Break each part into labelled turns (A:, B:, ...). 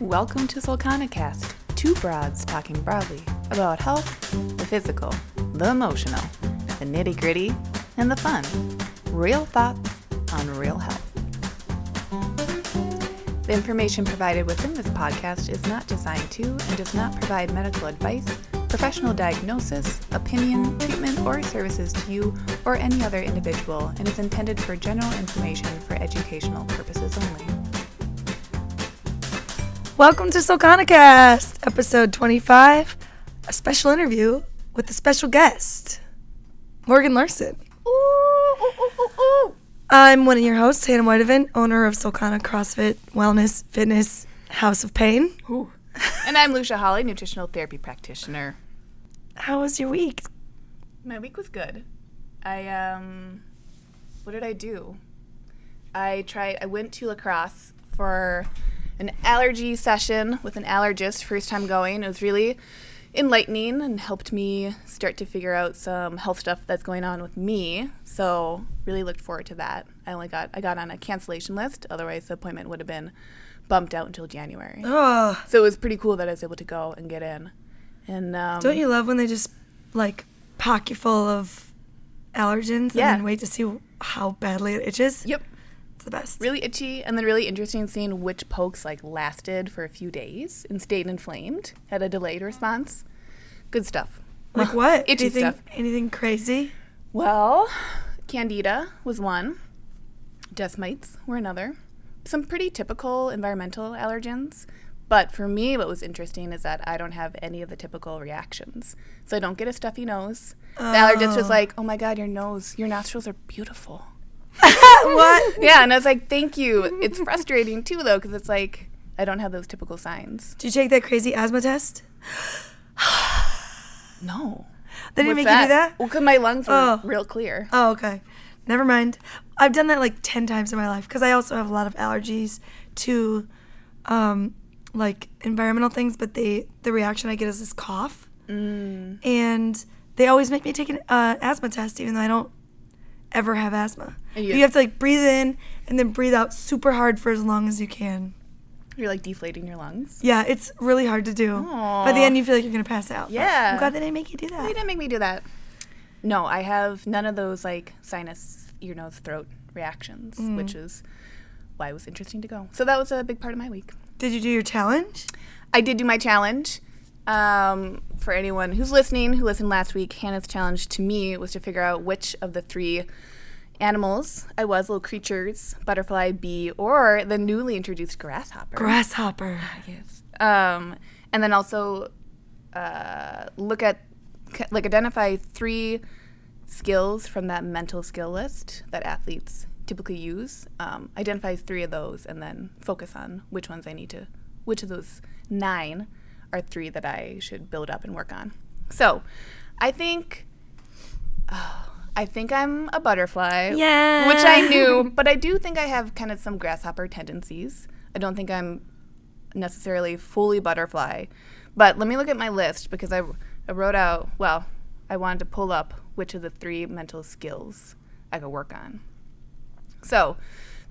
A: welcome to Solcanicast, two broads talking broadly about health, the physical, the emotional, the nitty gritty, and the fun. Real thoughts on real health. The information provided within this podcast is not designed to and does not provide medical advice, professional diagnosis, opinion, treatment, or services to you or any other individual and is intended for general information for educational purposes only.
B: Welcome to Solconicast, episode 25, a special interview with a special guest, Morgan Larson. I'm one of your hosts, Hannah Whitevan, owner of Solcana CrossFit Wellness Fitness House of Pain.
A: And I'm Lucia Holly, nutritional therapy practitioner.
B: How was your week?
A: My week was good. I um what did I do? I tried I went to lacrosse for an allergy session with an allergist first time going. It was really enlightening and helped me start to figure out some health stuff that's going on with me. So, really looked forward to that. I only got I got on a cancellation list, otherwise the appointment would have been bumped out until January.
B: Oh,
A: So, it was pretty cool that I was able to go and get in. And um,
B: don't you love when they just like pocket full of allergens
A: Yeah.
B: and then wait to see how badly it itches?
A: Yep.
B: It's the best.
A: really itchy and then really interesting seeing which pokes like lasted for a few days and stayed inflamed had a delayed response good stuff
B: Like what?
A: Itchy
B: anything,
A: stuff.
B: anything crazy?
A: well candida was one dust mites were another some pretty typical environmental allergens but for me what was interesting is that i don't have any of the typical reactions so i don't get a stuffy nose the allergist was like oh my god your nose your nostrils are beautiful
B: what?
A: yeah and i was like thank you it's frustrating too though because it's like i don't have those typical signs
B: Did you take that crazy asthma test?
A: No.
B: They didn't make you do that?
A: Well, 'cause my lungs were
B: Oh.
A: real clear.
B: Oh, okay. Never mind. I've done that like 10 times in my life because I also have a lot of allergies to um, like environmental things, but they, the reaction I get is this cough. Mm. And they always make me take an uh, asthma test, even though I don't ever have asthma.
A: And
B: you,
A: you-
B: you have to like breathe in and then breathe out super hard for as long as you can.
A: You're like deflating your lungs.
B: Yeah, it's really hard to do. By the
A: Aw.
B: end, you feel like you're going to pass out. but
A: Yeah.
B: I'm glad they didn't make you do
A: They
B: that.
A: didn't make me do that. No, I have none of those like sinus, ear, nose, throat reactions, which is why it was interesting to go. So that was a big part of my week.
B: Did you do your challenge?
A: I did do my challenge. Um, for anyone who's listening, who listened last week, Hannah's challenge to me was to figure out which of the three animals I was little creatures, butterfly, bee, or the newly introduced grasshopper.
B: Grasshopper.
A: Yes. Um, and then also uh, look at, c- like, identify three skills from that mental skill list that athletes typically use. Um, identify three of those and then focus on which ones I need to, which of those nine are three that I should build up and work on. So I think. I think I'm a butterfly.
B: Yeah.
A: Which I knew, but I do think I have kind of some grasshopper tendencies. I don't think I'm necessarily fully butterfly. But let me look at my list because I, I wrote out, well, I wanted to pull up which of the three mental skills I could work on. So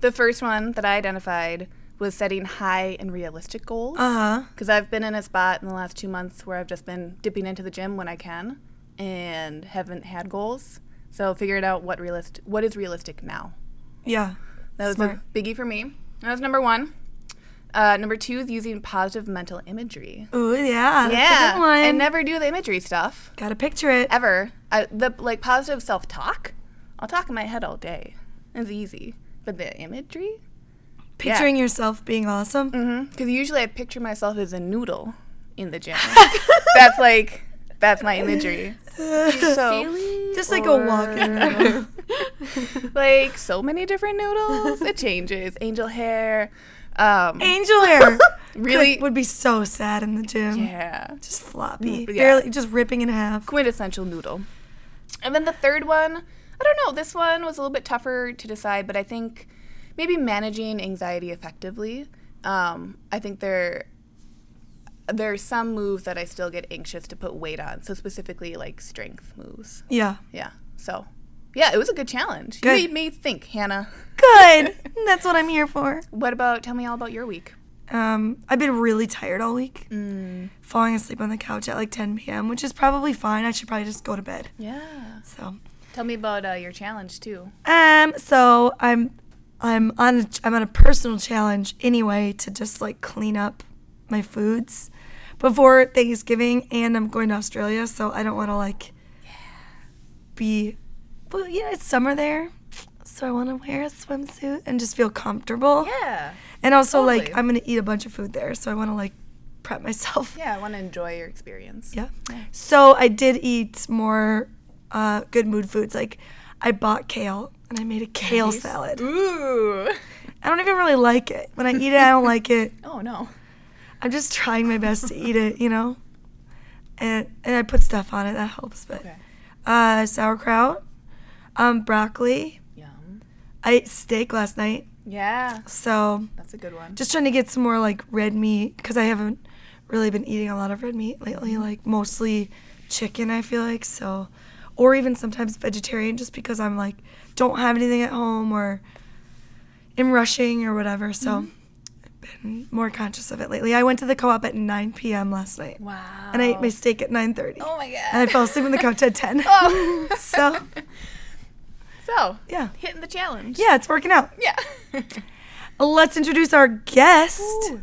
A: the first one that I identified was setting high and realistic goals
B: Uh huh.
A: because I've been in a spot in the last two months where I've just been dipping into the gym when I can and haven't had goals. So figuring out what realist what is realistic now.
B: Yeah.
A: That was
B: Smart.
A: a biggie for me. That was number one. Uh, number two is using positive mental imagery.
B: Ooh, yeah. That's a good one.
A: I never do the imagery stuff
B: Gotta picture it.
A: ever. I, the like positive self talk. I'll talk in my head all day. It's easy, but the imagery.
B: Picturing yourself being awesome.
A: Because usually I picture myself as a noodle in the gym. that's like, that's my imagery. So,
B: Just like a walking.
A: like, so many different noodles. It changes. Angel hair. Um,
B: Angel hair.
A: Really-
B: Could- would be so sad in the gym.
A: yeah.
B: Just floppy.
A: Mm, yeah.
B: Barely just ripping in half.
A: Quintessential noodle. And then the third one, I don't know. This one was a little bit tougher to decide, but I think maybe managing anxiety effectively. Um, I think there there are some moves that I still get anxious to put weight on. So specifically, like strength moves.
B: Yeah.
A: Yeah. So, yeah, it was a good challenge.
B: Good.
A: You made me think, Hannah.
B: Good. That's what I'm here for.
A: What about, tell me all about your week.
B: Um, I've been really tired all week,
A: Mm.
B: falling asleep on the couch at like 10 p.m., which is probably fine. I should probably just go to bed.
A: Yeah.
B: So,
A: Tell me about uh, your challenge too.
B: um, so I'm, I'm on, a, I'm on a personal challenge anyway to just like clean up my foods before Thanksgiving, and I'm going to Australia, so I don't want to like be, well, yeah, it's summer there, so I want to wear a swimsuit and just feel comfortable.
A: Yeah.
B: And also, like,
A: Totally.
B: I'm gonna eat a bunch of food there, so I want to like prep myself.
A: Yeah, I want to enjoy your experience.
B: Yeah. So I did eat more uh, good mood foods. Like, I bought kale and I made a kale
A: Nice.
B: salad.
A: Ooh.
B: I don't even really like it. When I eat it, I don't like it.
A: Oh no.
B: I'm just trying my best to eat it, you know. And and I put stuff on it that helps. But
A: Okay.
B: uh, sauerkraut, um, broccoli.
A: Yum.
B: I ate steak last night,
A: Yeah,
B: so
A: that's a good one.
B: just trying to get some more like red meat because I haven't really been eating a lot of red meat lately.
A: Mm-hmm.
B: Like mostly chicken, I feel like so, or even sometimes vegetarian, just because I'm like don't have anything at home or am rushing or whatever. So
A: Mm-hmm.
B: I've been more conscious of it lately. I went to the co-op at 9 p.m. last night,
A: wow.
B: and I ate my steak at 9:30.
A: Oh my god.
B: And I fell asleep on the couch at 10.
A: Oh.
B: so
A: So
B: yeah,
A: hitting the challenge.
B: yeah, it's working out.
A: Yeah.
B: Let's introduce our guest.
A: Ooh.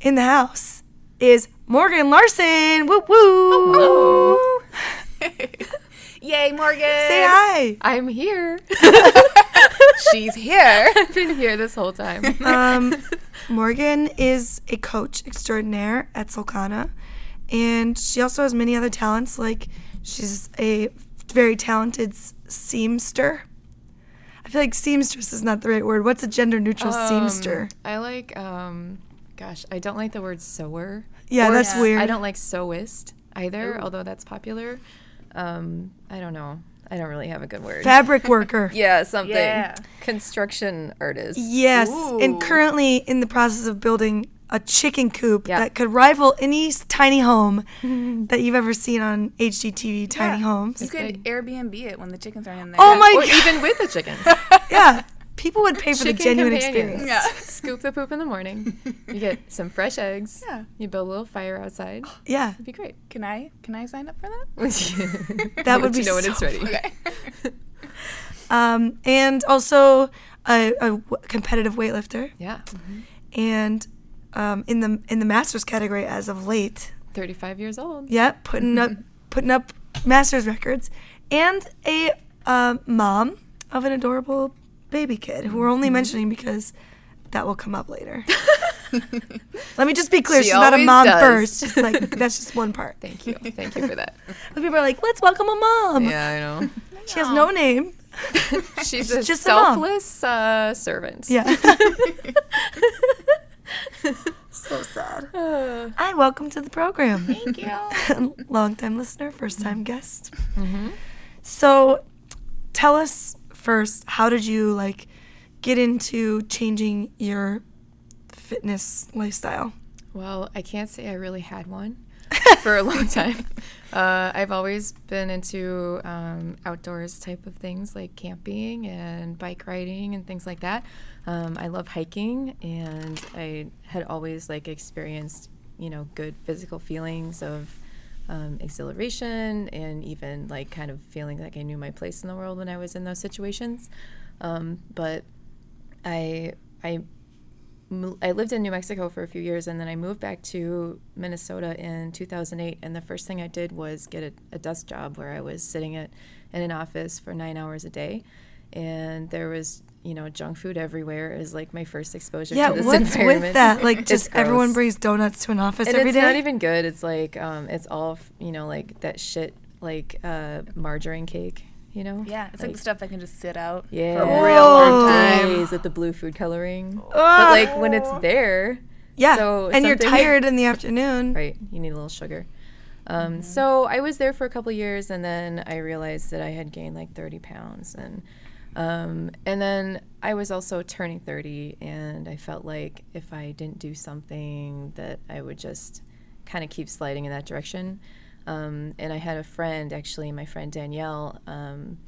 B: in the house is Morgan Larson. Woo woo.
A: Yay, Morgan.
B: Say hi.
C: I'm here.
A: She's here.
C: I've been here this whole time.
B: Um, Morgan is a coach extraordinaire at Solcana, and she also has many other talents. Like she's a very talented s- seamster. I feel like seamstress is not the right word. What's a gender neutral seamster?
C: Um, I like, um, gosh, I don't like the word sewer.
B: Yeah, that's
A: yeah,
B: weird.
C: I don't like sewist either, although that's popular. Um, I don't know. I don't really have a good word.
B: Fabric worker.
C: yeah, something.
A: Yeah.
C: Construction artist.
B: Yes,
A: Ooh.
B: and currently in the process of building a chicken coop
C: Yeah.
B: that could rival any s- tiny home that you've ever seen on HGTV Tiny
A: Yeah.
B: Homes.
A: You could
C: big.
A: Airbnb it when the chickens are in there.
B: Oh my
C: or
B: god!
C: even with the chickens.
B: yeah, people would pay for
C: Chicken
B: the genuine
C: companions.
B: experience.
A: Yeah.
C: Scoop the poop in the morning. You get some fresh eggs.
A: Yeah.
C: You build a little fire outside.
B: Yeah,
C: It'd be great.
A: Can I can I sign up for that?
C: that
B: would be
C: you know when
B: so
C: it's ready.
A: Okay.
B: um, and also a, a w- competitive weightlifter,
C: Yeah.
B: and um, in the in the masters category as of late.
C: 35 years old.
B: Yeah, putting up putting up masters records, and a um mom of an adorable baby kid who we're
C: Mm-hmm.
B: only mentioning because that will come up later. Let me just be clear:
C: She
B: she's not a
C: always
B: mom
C: does.
B: first. It's like that's just one part.
C: Thank you. Thank you for that.
B: But people are like, "Let's welcome a mom."
C: Yeah, I know.
B: She has no name.
C: She's a
B: just a mom.
C: selfless uh, servant.
B: Yeah. so sad.
C: Uh,
B: Hi, welcome to the program.
A: Thank you.
B: long time listener, first time guest.
C: Mm-hmm.
B: So, tell us first, how did you like get into changing your fitness lifestyle?
C: well, I can't say I really had one for a long time. Uh, I've always been into um, outdoors type of things like camping and bike riding and things like that. Um, I love hiking, and I had always like experienced, you know, good physical feelings of um, exhilaration and even like kind of feeling like I knew my place in the world when I was in those situations. Um, but I I mo- I lived in New Mexico for a few years and then I moved back to Minnesota in 2008 and the first thing I did was get a, a desk job where I was sitting at in an office for 9 hours a day and there was you know junk food everywhere is like my first exposure
B: yeah,
C: to this
B: what's
C: environment.
B: with that? Like,
C: It's
B: just everyone
C: gross.
B: brings donuts to an office
C: And
B: every
C: it's
B: day.
C: not even good. It's like um, it's all f- you know, like that shit, like uh, margarine cake. You know?
A: Yeah, it's like, the stuff that can just sit out
C: yeah,
A: for a real long time.
C: Days at the blue food coloring,
B: Ah,
C: but like when it's there,
B: yeah,
C: so
B: and you're
C: something-
B: tired in the afternoon.
C: right? You need a little sugar. Um, So I was there for a couple years, and then I realized that I had gained like 30 pounds, and um, and then I was also turning 30, and I felt like if I didn't do something, that I would just kind of keep sliding in that direction. Um, and I had a friend, actually, my friend Danielle. Um,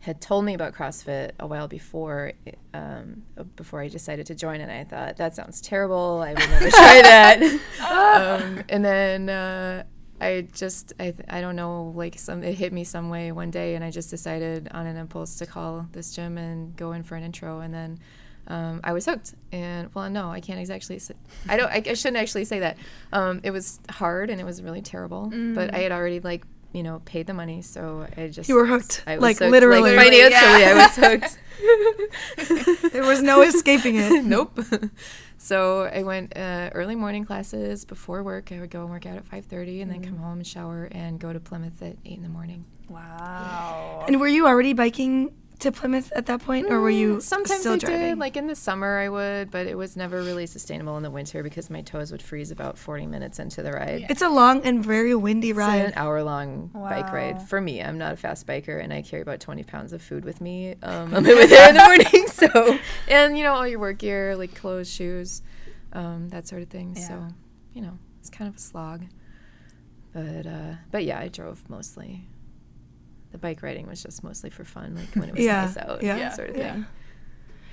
C: had told me about CrossFit a while before, um, before I decided to join, and I thought that sounds terrible. I would never try that. um, and then uh, I just, I, th- I don't know, like some, it hit me some way one day, and I just decided on an impulse to call this gym and go in for an intro, and then. Um, I was hooked, and well, no, I can't exactly. Say, I don't. I, I shouldn't actually say that. Um, it was hard, and it was really terrible. But I had already like you know, paid the money. So I just
B: Mm. You were hooked,
C: I was
B: like,
C: hooked,
B: literally.
C: like,
B: Literally,
C: financially.
A: yeah.
C: I was hooked.
B: There was no escaping it.
C: nope. so I went uh, early morning classes before work. I would go and work out at five thirty, and
B: Mm-hmm.
C: then come home and shower and go to Plymouth at eight in the morning.
A: Wow.
B: And were you already biking to Plymouth at that point, or were you
C: Mm, Sometimes
B: still
C: I
B: driving?
C: did, like in the summer, I would, but it was never really sustainable in the winter because my toes would freeze about forty minutes into the ride.
B: it's a long and very windy
C: It's
B: ride.
C: an hour long bike
A: Wow.
C: ride for me. I'm not a fast biker, and I carry about 20 pounds of food with me um, on my way there in the morning. So, and you know, all your work gear, like clothes, shoes, um, that sort of thing. So,
A: Yeah.
C: you know, it's kind of a slog. But uh, but yeah, I drove mostly. The bike riding was just mostly for fun, like when it was
B: Yeah,
C: nice out,
B: yeah,
C: that sort of
B: yeah.
C: thing.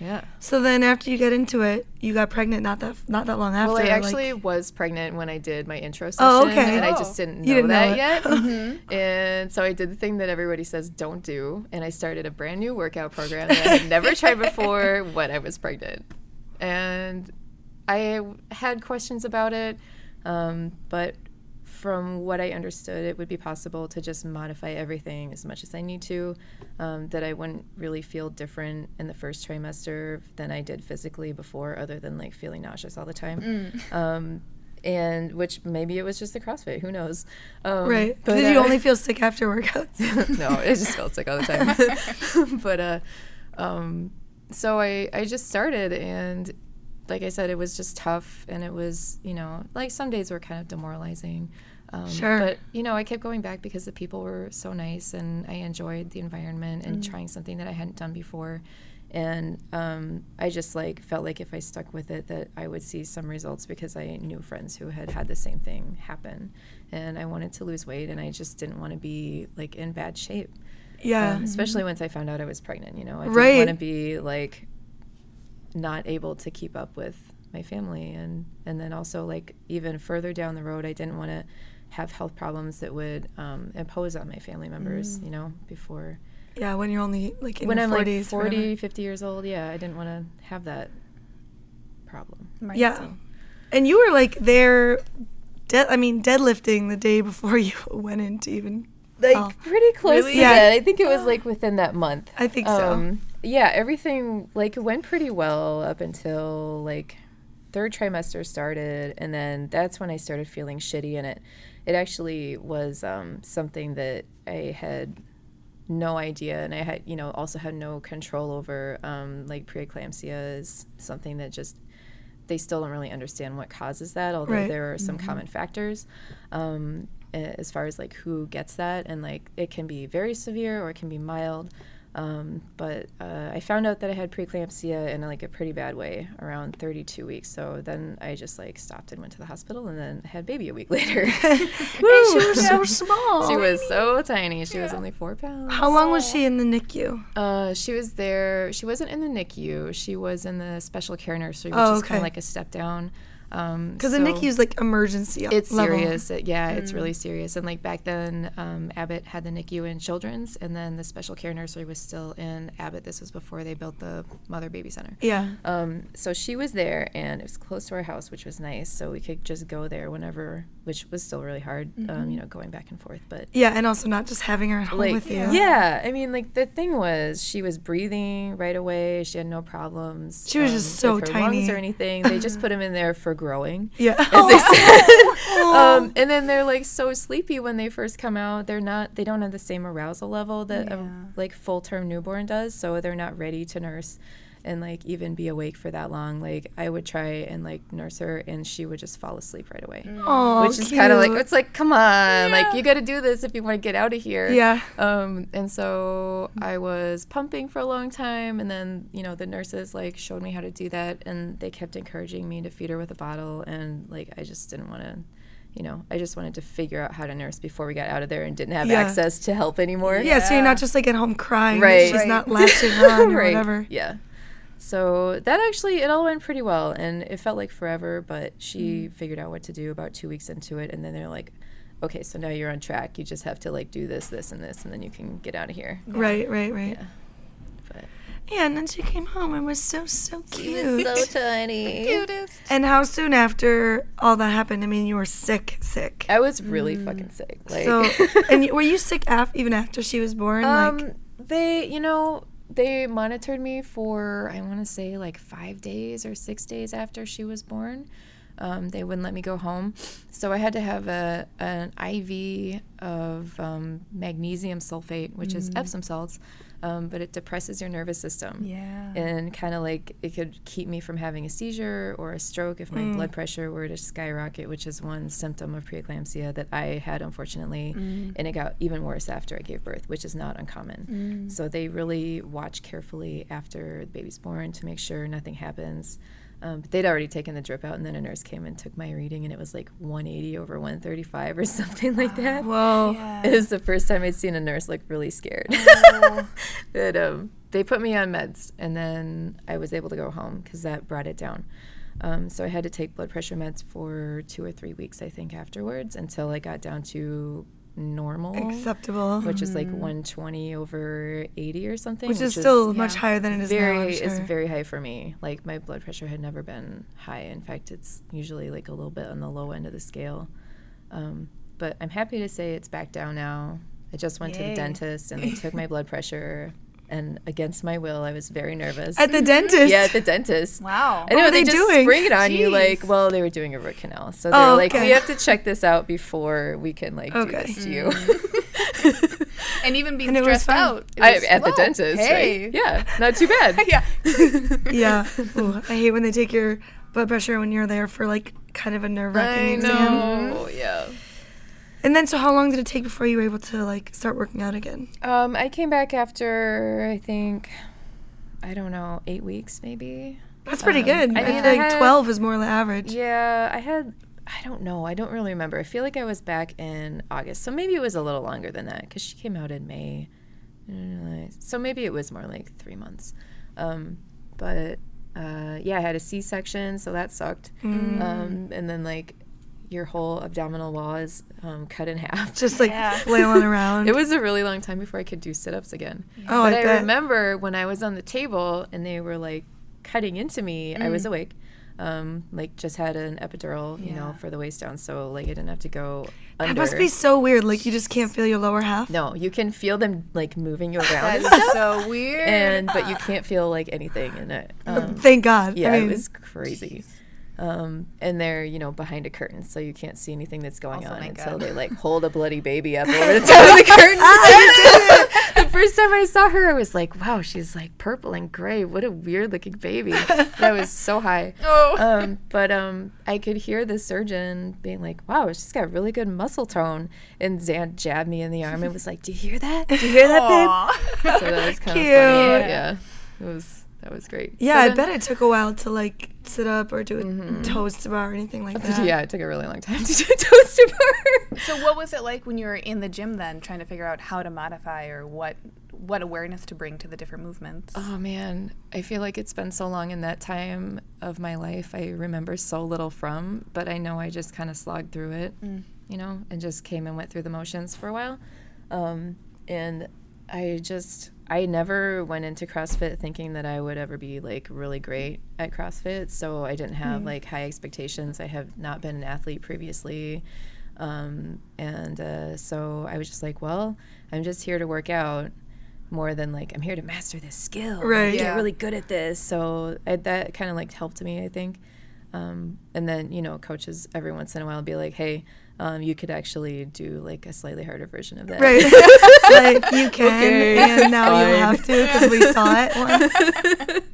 C: Yeah.
B: So then, after you got into it, you got pregnant not that not that long after.
C: Well, I
B: like-
C: actually was pregnant when I did my intro session,
B: Oh, okay.
C: and I
A: Oh.
C: just didn't know
B: You didn't know
C: that
B: it.
C: yet. Mm-hmm. And so I did the thing that everybody says don't do, and I started a brand new workout program that I had never tried before when I was pregnant. And I had questions about it, um, but from what I understood, it would be possible to just modify everything as much as I need to, um, that I wouldn't really feel different in the first trimester than I did physically before, other than like feeling nauseous all the time. Um, and which maybe it was just the CrossFit, who knows? Um,
B: right?
C: but,
B: did you
C: uh,
B: only feel sick after workouts?
C: no, I just felt sick all the time. but uh, um, so I, I just started, and like I said, it was just tough, and it was you know like some days were kind of demoralizing. Um,
B: Sure.
C: But you know, I kept going back because the people were so nice, and I enjoyed the environment and trying something that I hadn't done before. And um, I just like felt like if I stuck with it, that I would see some results because I knew friends who had had the same thing happen. And I wanted to lose weight, and I just didn't want to be like in bad shape,
B: yeah.
C: um, especially once I found out I was pregnant. You know, I didn't
B: Right.
C: want to be like not able to keep up with my family, and and then also like even further down the road, I didn't want to have health problems that would um, impose on my family members. You know, before
B: yeah. When you're only like in
C: when
B: your
C: I'm
B: 40s,
C: like 40, 50 years old, yeah, I didn't want to have that problem.
A: Right,
B: Yeah.
A: so-
B: And you were like there, de- I mean, deadlifting the day before you went into even.
C: like
B: Oh.
C: pretty close
B: Really?
C: to
B: Yeah.
C: that. I think it was like within that month. Um,
B: I think so.
C: yeah, everything like went pretty well up until like third trimester started, and then that's when I started feeling shitty in it. It actually was um, something that I had no idea and i had you know also had no control over um, like preeclampsia is something that just they still don't really understand what causes that although
B: Right. Mm-hmm.
C: there are some common factors um, a- as far as like who gets that and like it can be very severe or it can be mild um, but uh, i found out that i had preeclampsia in like a pretty bad way around 32 weeks so then i just like stopped and went to the hospital and then had baby a week later
B: And she was so small.
C: she was so tiny she was only four pounds
B: How long was she in the NICU?
C: uh, she was there. She wasn't in the NICU. She was in the special care nursery, which
B: Oh,
C: is kind
B: okay.
C: of like a step down. Because um,
B: Because
C: so-
B: the NICU's like emergency.
C: it's
B: level. Hmm.
C: serious. It- yeah, it's really serious. And like back then, um, Abbott had the NICU in Children's, and then the special care nursery was still in Abbott. This was before they built the Mother Baby Center.
B: Yeah.
C: Um, so she was there, and it was close to our house, which was nice. So we could just go there whenever, which was still really hard.
B: Mm-hmm.
C: Um, you know, going back and forth, but
B: Yeah, and also not just having her at home
C: like
B: with you.
C: yeah. i mean like the thing was she was breathing right away she had no problems um,
B: She was just so
C: with her lungs
B: tiny.
C: or anything they just put him in there for growing
B: Yeah.
C: as they said. um, and then they're like so sleepy when they first come out they're not they don't have the same arousal level that
A: Yeah.
C: a like full term newborn does so they're not ready to nurse and like even be awake for that long like i would try and like nurse her and she would just fall asleep right away
B: Oh,
C: which is kind of like it's like come on like you got to do this if you want to get out of here
B: Yeah.
C: um and so i was pumping for a long time and then you know the nurses like showed me how to do that and they kept encouraging me to feed her with a bottle and like i just didn't want to you know, I just wanted to figure out how to nurse before we got out of there and didn't have
B: Yeah.
C: access to help anymore.
B: Yeah, so you're not just like at home crying. that
C: Right.
B: She's
C: Right.
B: not latching on or whatever.
C: Yeah. So that actually, it all went pretty well, and it felt like forever. But she
B: Mm-hmm.
C: figured out what to do about two weeks into it, and then they're like, "Okay, so now you're on track. You just have to like do this, this, and this, and then you can get out of here."
B: Right, right, right.
C: But
B: Yeah, and then she came home and was so, so cute.
C: tiny.
A: Cutest.
B: and how soon after all that happened? I mean, you were sick, sick.
C: I was really fucking sick. Like,
B: Mm. so, and you- were you sick af- even after she was born? like,
C: Um, they, you know, they monitored me for I want to say like five days or six days after she was born. Um, they wouldn't let me go home, so I had to have a an IV of um, magnesium sulfate, which is Epsom salts, um, but it depresses your nervous system
A: Yeah.
C: and kind of like it could keep me from having a seizure or a stroke if my blood pressure were to skyrocket, which is one symptom of preeclampsia that I had unfortunately, and it got even worse after I gave birth, which is not uncommon. So they really watch carefully after the baby's born to make sure nothing happens. Um, but they'd already taken the drip out, and then a nurse came and took my reading, and it was like 180 over 135 or something like that.
B: whoa.
A: Yeah.
C: It was the first time I'd seen a nurse look really scared.
B: Oh.
C: but um, they put me on meds, and then I was able to go home because that brought it down. Um, so I had to take blood pressure meds for two or three weeks, I think, afterwards until I got down to normal,
B: Acceptable.
C: which is like 120 over 80 or something,
B: Mm-hmm. Which is still much
A: yeah.
B: higher than it is
C: very
B: now. I'm
C: is
B: sure.
C: very high for me. Like my blood pressure had never been high. In fact, it's usually like a little bit on the low end of the scale. Um, but I'm happy to say it's back down now. I just went to
A: Yay.
C: the dentist and they took my blood pressure, and against my will, I was very nervous.
B: At the dentist.
C: yeah, at the dentist.
A: Wow.
C: I know
B: were they
C: they, just
B: doing?
C: spring it on you
A: Jeez.
C: like, well, they were doing a root canal, so they
B: Oh,
C: were like,
B: okay.
C: we have to check this out before we can like
B: Okay. Mm.
C: do this to you.
A: And even being
B: And it was
A: stressed
B: fine.
A: out. it
C: I,
A: was,
C: at the
A: "Whoa,
C: dentist,
A: Hey.
C: right? Yeah, not too bad.
A: Yeah.
B: yeah. Ooh, I hate when they take your blood pressure when you're there for like kind of a nerve wracking
C: I
B: exam.
C: know. Yeah.
B: And then, so how long did it take before you were able to like start working out again?
C: Um, I came back after I think I don't know eight weeks maybe.
B: That's pretty
C: Um,
B: good.
C: I
B: I,
C: mean,
B: feel
C: I
B: like
C: had-
B: twelve is more the average.
C: Yeah, I had I don't know. I don't really remember. I feel like I was back in August, so maybe it was a little longer than that because she came out in May. Mm, So maybe it was more like three months. Um, but uh, yeah, I had a C-section, so that sucked.
B: Mm.
C: Um, and then like your whole abdominal wall is um, cut in half.
B: Just like
A: Yeah.
B: flailing around.
C: It was a really long time before I could do sit-ups again.
B: oh,
C: but
B: I,
C: I,
B: bet.
C: remember when I was on the table and they were like cutting into me, I
B: Mm.
C: was awake. Um, like just had an epidural, you know,
A: Yeah.
C: for the waist down, so like I didn't have to go under.
B: That must be so weird. Like you just can't feel your lower half.
C: no, you can feel them like moving you
A: That
C: around, and,
A: is so weird.
C: and but you can't feel like anything in it. Um,
B: Thank God.
C: yeah,
B: I mean,
C: it was crazy. Um, and they're you know behind a curtain, so you can't see anything that's going
A: Also,
C: on
A: my
C: until
A: God.
C: they like hold a bloody baby up over the top of the curtain.
A: Ah!
C: the first time I saw her, I was like, wow, she's like purple and gray. What a weird looking baby. that was so high.
A: Oh.
C: Um, but um, I could hear the surgeon being like, wow, she's got really good muscle tone. And Zan jabbed me in the arm and was like, do you hear that? Do you hear that, babe?
A: Aw.
C: So that was kind of funny.
B: Cute.
C: Yeah. It was, that was great.
B: yeah,
C: So
B: I
C: then- Mm-hmm.
B: bet it took a while to like sit up or do a toes bar or anything like that.
C: Yeah, it took a really long time to do a toast to bar.
A: So what was it like when you were in the gym then, trying to figure out how to modify or what what awareness to bring to the different movements?
B: Uh,
C: Oh man, I feel like it's been so long in that time of my life. I remember so little from, but I know I just kind of slogged through it, you know, and just came and went through the motions for a while. Um, and I just, I never went into CrossFit thinking that I would ever be like really great at CrossFit. So I didn't have like high expectations. I have not been an athlete previously. Um, and uh, so I was just like, well, I'm just here to work out more than like I'm here to master this skill, and
B: Right.
C: Get
A: Yeah.
C: really good at this. So I, that kind of like helped me, I think. Um, and then you know, coaches every once in a while be like, hey, um, you could actually do like a slightly harder version of that.
B: Right. like you can,
C: Okay,
B: and now you
C: fine.
B: have to because we saw it once.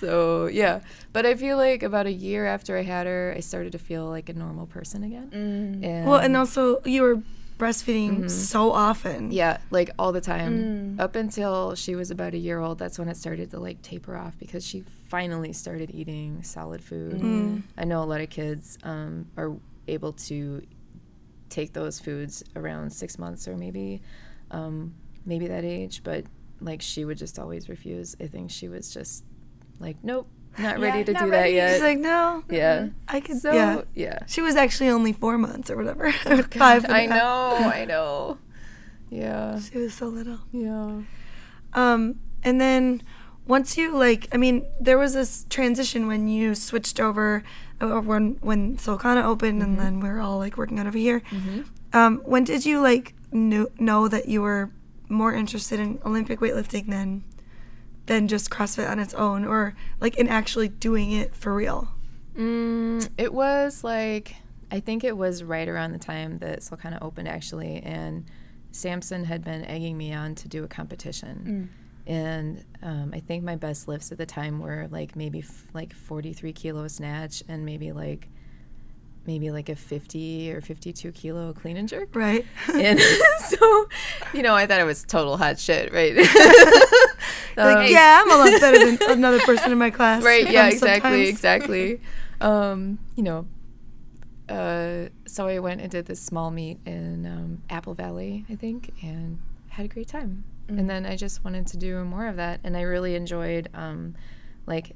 C: So yeah, but I feel like about a year after I had her, I started to feel like a normal person again.
A: Mm.
C: And
B: Well, and also you were breastfeeding so often.
C: Mm-hmm. Yeah, like all the
A: Mm.
C: time. Up until she was about a year old, that's when it started to like taper off because she finally
A: Mm.
C: started eating solid food. I know a lot of kids um, are able to take those foods around six months or maybe, um, maybe that age. But like she would just always refuse. I think she was just like, nope, not
A: Yeah,
C: ready to
A: not
C: do
A: ready.
C: that
B: She's
C: yet.
B: like, no,
C: yeah.
B: I could.
C: So
B: yeah.
C: yeah.
B: She was actually only four months or whatever. Five. and a
C: Oh, I
B: half.
C: know, I know. Yeah.
B: She was so little.
C: Yeah.
B: Um, and then once you like, I mean, there was this transition when you switched over, uh, when when Solcana opened, and
C: Mm-hmm.
B: then we were all like working out over here. Um, when did you like knew, know that you were more interested in Olympic weightlifting than than just CrossFit on its own, or like in actually doing it for real?
C: Mm, it was like I think it was right around the time that Solkana opened actually, and Samson had been egging me on to do a competition, and um, I think my best lifts at the time were like maybe f- like forty three kilo snatch and maybe like maybe like a fifty or fifty two kilo clean and jerk.
B: Right.
C: And so, you know, I thought it was total hot shit, right?
B: like, yeah, I'm a lot better than another person in my class.
C: Um, right yeah
B: Um,
C: exactly
B: sometimes.
C: exactly um you know uh so i went and did this small meet in um, apple valley i think and had a great time and then i just wanted to do more of that and i really enjoyed um like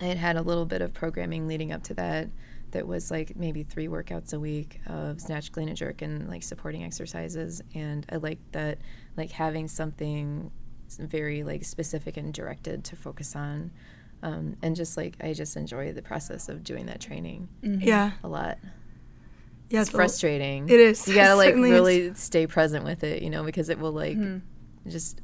C: i had had a little bit of programming leading up to that that was like maybe three workouts a week of snatch clean and jerk and like supporting exercises and i liked that like having something s- very like specific and directed to focus on um, and just like I just enjoy the process of doing that training
B: Yeah.
C: a lot.
B: Yeah.
C: Mm-hmm. It's frustrating.
B: It is.
C: You gotta like
B: Certainly is.
C: really stay present with it, you know, because it will like
A: Mm-hmm.
B: Mm-hmm.
C: just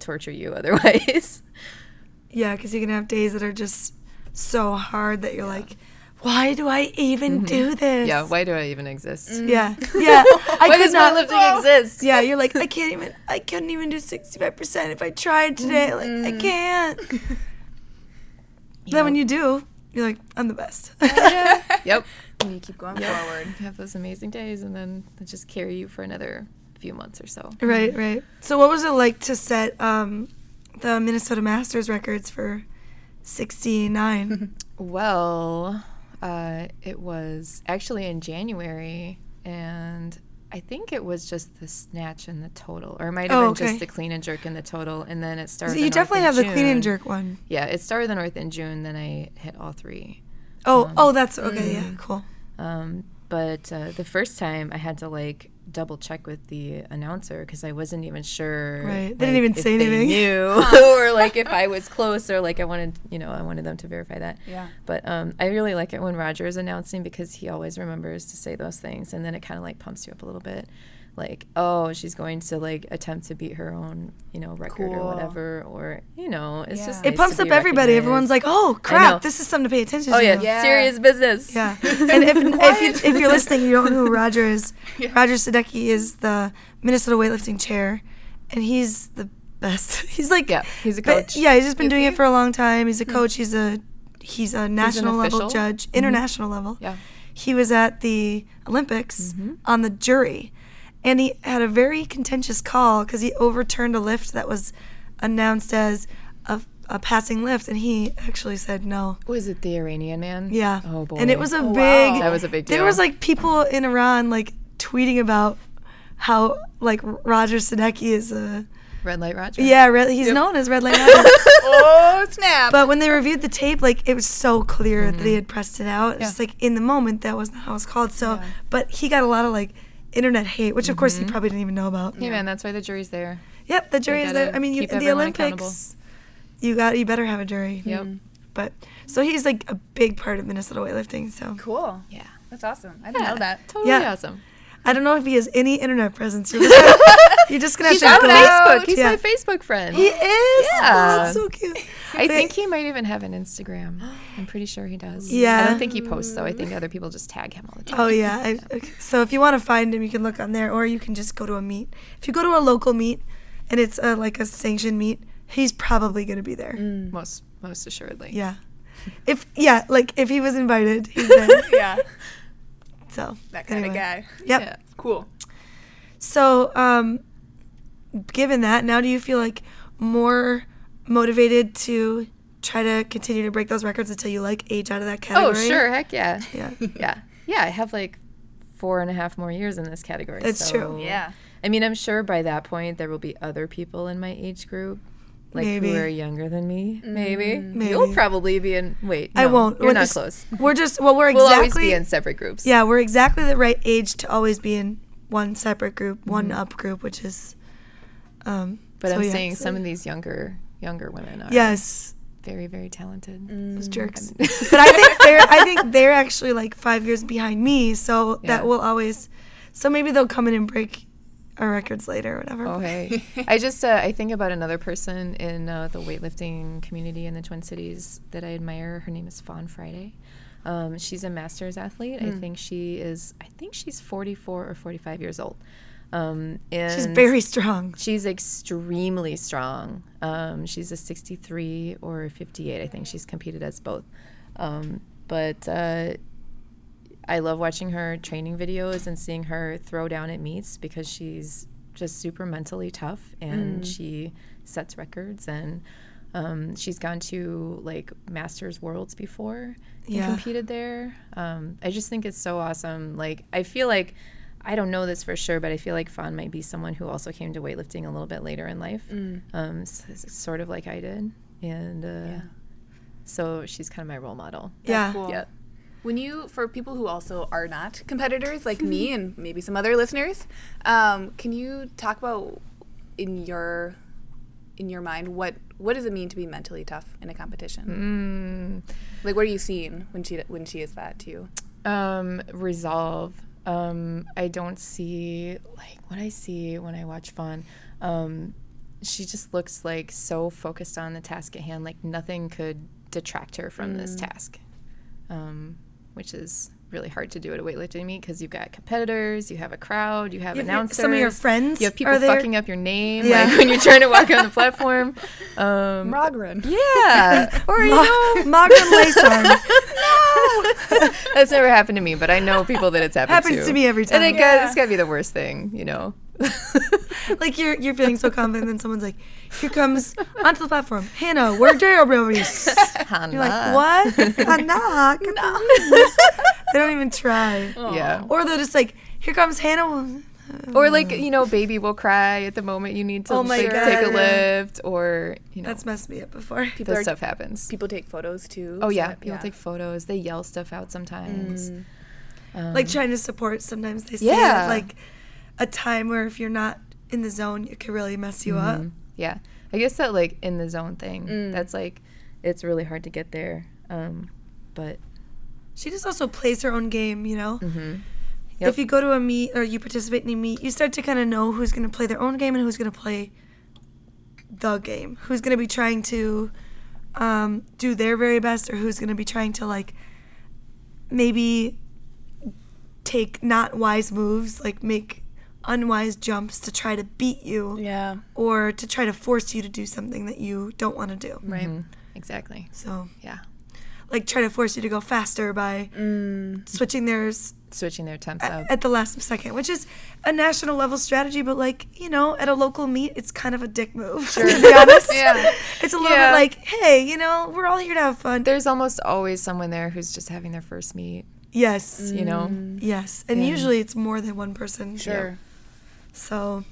C: torture you otherwise.
B: Yeah, because you can have days that are just so hard that you're like, why do I even do this?
C: Mm-hmm. yeah. Why do I even exist?
B: Yeah. Yeah. I
C: Why
B: could
C: does
B: not
C: my lifting exist?
B: Yeah, you're like, I can't even I couldn't even do sixty five percent if I tried today. Like
C: Mm-hmm.
B: I can't. Then when you do, you're like, I'm the best.
C: Yep.
A: And you keep going forward.
C: You have those amazing days, and then they just carry you for another few months or so.
B: right, right. So what was it like to set um, the Minnesota Masters records for sixty
C: Mm-hmm.
B: nine?
C: Well, uh, it was actually in January, and I think it was just the snatch and the total, or it might have
B: Oh,
C: been
B: okay.
C: just the clean and jerk and the total, and then it started.
B: you definitely have the clean and
C: June.
B: jerk one.
C: Yeah, it started the north in June. Then I hit all three.
B: Oh, oh, that's okay. Yeah,
C: Mm-hmm.
B: cool.
C: Um, but uh, the first time I had to like double check with the announcer because I wasn't even sure.
B: Right. They didn't
C: like,
B: even
C: if
B: say
C: they
B: anything.
C: knew or like if I was close or like I wanted you know I wanted them to verify that.
A: Yeah.
C: But um, I really like it when Roger is announcing because he always remembers to say those things, and then it kind of like pumps you up a little bit, like oh she's going to like attempt to beat her own you know record
A: Cool.
C: or whatever, or you know it's
A: Yeah.
C: just
B: It
C: nice
B: pumps
C: to
B: up
C: be
B: everybody.
C: recognized.
B: Everyone's like, "Oh
C: know.
B: crap, this is something to pay attention
C: oh
B: to."
C: yeah,
A: Yeah.
C: serious business
B: yeah. And if, if, you, if you're listening, you don't know who Roger is. Roger Sadecki is the Minnesota weightlifting chair, and he's the best. He's like,
C: Yeah, he's a
B: but-
C: coach. Hmm.
B: yeah, he's just been doing it for a long time. He's a coach. He's a he's a national level
C: official. Mm-hmm.
B: judge, international level.
C: yeah.
B: He was at the Olympics
C: Mm-hmm.
B: on the jury, and he had a very contentious call because he overturned a lift that was announced as a, a passing lift, and he actually said no.
C: Was it the Iranian man?
B: Yeah.
C: Oh boy.
B: And it was a
A: wow.
B: big.
C: That was a big
B: There
C: deal.
B: was like people in Iran like tweeting about how like Roger Sadecki is a
C: red light Roger.
B: yeah red, he's known as Red Light Roger.
A: oh snap!
B: but when they reviewed the tape, like it was so clear that
C: Mm-hmm.
B: he had pressed it out. It's just like in the moment that was not how it was called. So, but he got a lot of like internet hate, which of course
C: Mm-hmm.
B: he probably didn't even know about.
C: Hey man, that's why the jury's there.
B: Yep, the jury is
C: gotta
B: there. I mean, you,
C: keep
B: in the
C: everyone
B: Olympics, you got you better have a jury.
C: Yep.
A: Mm.
B: But so he's like a big part of Minnesota weightlifting. So.
A: cool.
C: Yeah.
A: That's awesome. I didn't know that.
C: Totally
B: Yeah.
C: awesome.
B: I don't know if he has any internet presence. You're just gonna, you're just gonna have to
C: He's on
B: go-
C: Facebook. He's
B: Yeah.
C: my Facebook friend.
B: He is.
C: Yeah.
B: Oh, that's so cute.
C: I think he might even have an Instagram. I'm pretty sure he does. I
B: Yeah.
C: don't think he posts though. I think other people just tag him all the time.
B: Oh yeah. I, okay. So if you want to find him, you can look on there, or you can just go to a meet. If you go to a local meet, and it's uh like a sanctioned meet, he's probably gonna be
C: Mm.
B: there.
C: Most most assuredly.
B: Oh. Yeah. If yeah, like if he was invited, he's there.
A: Yeah,
B: so
A: that kind
B: anyway.
A: of guy.
B: Yep.
C: Yeah.
A: Cool.
B: So, um, given that, now do you feel like more motivated to try to continue to break those records until you like age out of that
C: Oh
B: category?
C: sure, heck yeah.
B: Yeah.
C: Yeah. Yeah. I have like four and a half more years in this category.
B: It's
C: so-
B: true.
A: Yeah.
C: I mean, I'm sure by that point there will be other people in my age group, like
B: Maybe.
C: who are younger than me. Maybe.
B: Maybe.
C: you'll probably be in. Wait,
B: I
C: no,
B: won't.
C: You're
B: We're
C: not
B: just-
C: close.
B: We're just well, we're
C: We'll
B: exactly
C: always be in separate groups.
B: Yeah, we're exactly the right age to always be in one separate group, one up group, which is. Um,
C: Mm-hmm. But
B: so
C: I'm
B: yeah.
C: saying some of these younger younger women are Mm,
B: Yes,
C: very very talented.
B: those Mm. jerks.
C: I'm-
B: but I think they're I think they're actually like five years behind me, so
C: Yeah.
B: that will always. So maybe they'll come in and break our records later or whatever.
C: Oh hey, I just uh, I think about another person in uh, the weightlifting community in the Twin Cities that I admire. Her name is Fawn Friday. Um, she's a masters athlete.
B: Hmm.
C: I think she is. I think she's 44 or 45 years old. Um, and
B: She's very strong.
C: She's extremely strong. Um, she's a 63 or 58. I think she's competed as both. Um, but uh, I love watching her training videos and seeing her throw down at meets because she's just super mentally tough and
B: Mm.
C: she sets records and um, she's gone to like Masters Worlds before and
B: Yeah.
C: competed there. Um, I just think it's so awesome. Like I feel like I don't know this for sure, but I feel like Fawn might be someone who also came to weightlifting a little bit later in life, um, s- s- sort of like I did, and uh, so she's kind of my role model.
B: yeah.
A: cool.
C: Yeah.
A: When you, for people who also are not competitors like
C: Hmm.
A: me and maybe some other listeners, um, can you talk about in your in your mind what what does it mean to be mentally tough in a competition?
C: Hmm.
A: Mm. Like, what are you seeing when she when she is that to you?
C: um resolve um i don't see like what i see when i watch fawn um she just looks like so focused on the task at hand like nothing could detract her from
B: Mm.
C: this task um which is really hard to do at a weightlifting meet because you've got competitors you have a crowd you have
B: You have
C: announcers
B: your- some of your friends
C: you have people
B: are there.
C: fucking up your name
B: Yeah.
C: like when you're trying to walk on the platform um
A: Rogren.
C: yeah or you know
B: Ma- Margaret Layson.
C: That's never happened to me, but I know people that it's happened
B: Happens to me every time.
C: And it
A: Yeah.
C: got, it's got to be the worst thing, you know.
B: like you're you're feeling so confident, then someone's like, "Here comes onto the platform, Hannah. We're Daryl Brothers." You're like, "What? Hannah? get the- they don't even try.
C: Yeah.
B: Or they're just like, "Here comes Hannah."
C: Or like, you know, baby will cry at the moment you need to
B: Oh my
C: like,
B: God,
C: take a
B: yeah.
C: lift or, you know,
B: That's messed me up before.
A: People
C: this
A: are,
C: stuff happens.
A: people take photos too.
C: oh,
A: so
C: yeah.
A: that-
C: People take photos. They yell stuff out sometimes.
B: Mm. like trying to support. Sometimes they say
C: Yeah.
B: like a time where if you're not in the zone, it could really mess you up.
C: Yeah. I guess that like in the zone thing,
B: Mm.
C: that's like, it's really hard to get there. Um, but
B: She just also plays her own game, you know.
C: Yep.
B: If you go to a meet or you participate in a meet, you start to kind of know who's going to play their own game and who's going to play the game. Who's going to be trying to um, do their very best, or who's going to be trying to like maybe take not wise moves, like make unwise jumps to try to beat you
A: Yeah.
B: or to try to force you to do something that you don't want to do.
A: Right.
C: mm-hmm. exactly.
B: So,
C: Yeah.
B: like, try to force you to go faster by switching theirs
C: Switching their temps
B: a-
C: up.
B: at the last second, which is a national level strategy, but like, you know, at a local meet, it's kind of a dick move. to be honest.
C: Yeah.
B: It's a little
C: Yeah.
B: bit like, hey, you know, we're all here to have fun.
C: There's almost always someone there who's just having their first meet,
B: yes.
C: you know?
B: Mm. Yes. And usually it's more than one person.
A: Sure.
B: So,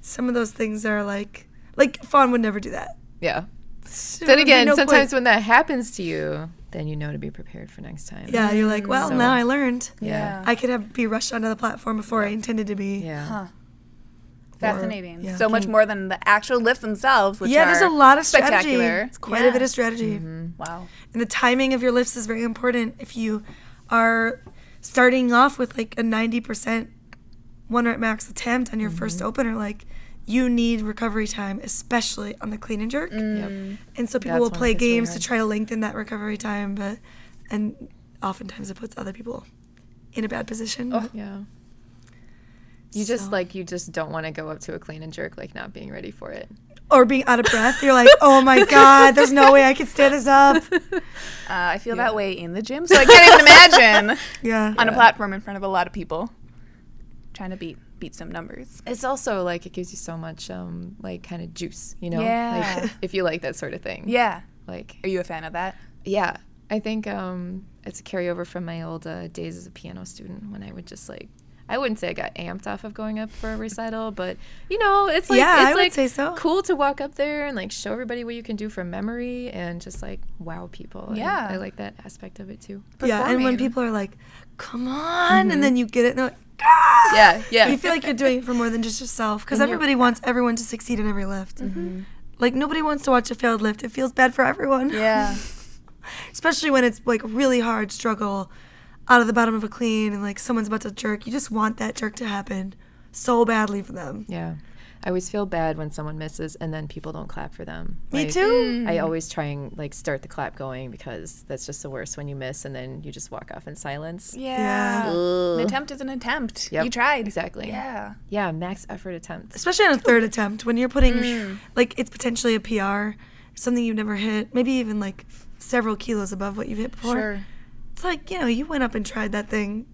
B: some of those things are like, like, Fawn would never do that.
C: Yeah.
B: There would
C: Then
B: be
C: again,
B: no point.
C: sometimes when that happens to you, then you know to be prepared for next time.
B: Yeah, you're like, well,
C: Mm-hmm. So-
B: now I learned.
C: Yeah.
B: I could have be rushed onto the platform before I intended to be.
C: Yeah.
A: Huh. Fascinating.
B: yeah.
A: So much more than the actual lifts themselves, which
B: Yeah, there's
A: are
B: a lot of strategy.
A: spectacular.
B: It's quite a
A: Yeah.
B: bit of strategy.
C: Mm-hmm.
A: Wow.
B: And the timing of your lifts is very important. If you are starting off with like a 90% one rep max attempt on your
C: Mm-hmm.
B: first opener, like you need recovery time, especially on the clean and jerk.
C: Yep.
B: And so people
C: Mm. That's
B: will
C: one that
B: play
C: gets really
B: games to
C: hard.
B: try to lengthen that recovery time, but and oftentimes it puts other people in a bad position.
C: Oh. Yeah. You just
B: Mm. So-
C: like you just don't want to go up to a clean and jerk like not being ready for it.
B: or being out of breath, you're like, oh my God, there's no way I could stand this up.
A: Uh, I feel that way in the gym, so I can't even imagine
B: Yeah.
A: on a platform in front of a lot of people trying to beat beat some numbers.
C: It's also like it gives you so much um like kind of juice, you know?
A: Yeah.
C: Like if you like that sort of thing.
A: Yeah.
C: Like
A: Are you a fan of that?
C: yeah. I think um it's a carryover from my old uh, days as a piano student when I would just like I wouldn't say I got amped off of going up for a recital, but you know, it's like
B: Yeah,
C: it's
B: I would
C: like
B: say so.
C: cool to walk up there and like show everybody what you can do from memory and just like wow people. And
A: Yeah.
C: I like that aspect of it too.
B: Yeah, and when
A: performing.
B: people are like, "Come on," and then you get it, and they're like, "Ah!"
C: Yeah, yeah.
B: You feel like you're doing it for more than just yourself, because everybody wants everyone to succeed in every lift. Like nobody wants to watch a failed lift. It feels bad for everyone.
A: Yeah.
B: Especially when it's like really hard struggle, out of the bottom of a clean, and like someone's about to jerk. You just want that jerk to happen so badly for them.
C: Yeah. I always feel bad when someone misses and then people don't clap for them.
B: Me
C: Like,
B: too.
C: I always try and like start the clap going because that's just the worst when you miss and then you just walk off in silence.
A: Yeah. An
C: Ugh.
A: attempt is an attempt.
C: Yep,
A: You tried.
C: Exactly.
A: Yeah.
C: Yeah, max effort attempts.
B: Especially on a third attempt when you're putting, like, it's potentially a PR, something you've never hit, maybe even like f- several kilos above what you've hit before.
A: Sure.
B: It's like, you know, you went up and tried that thing.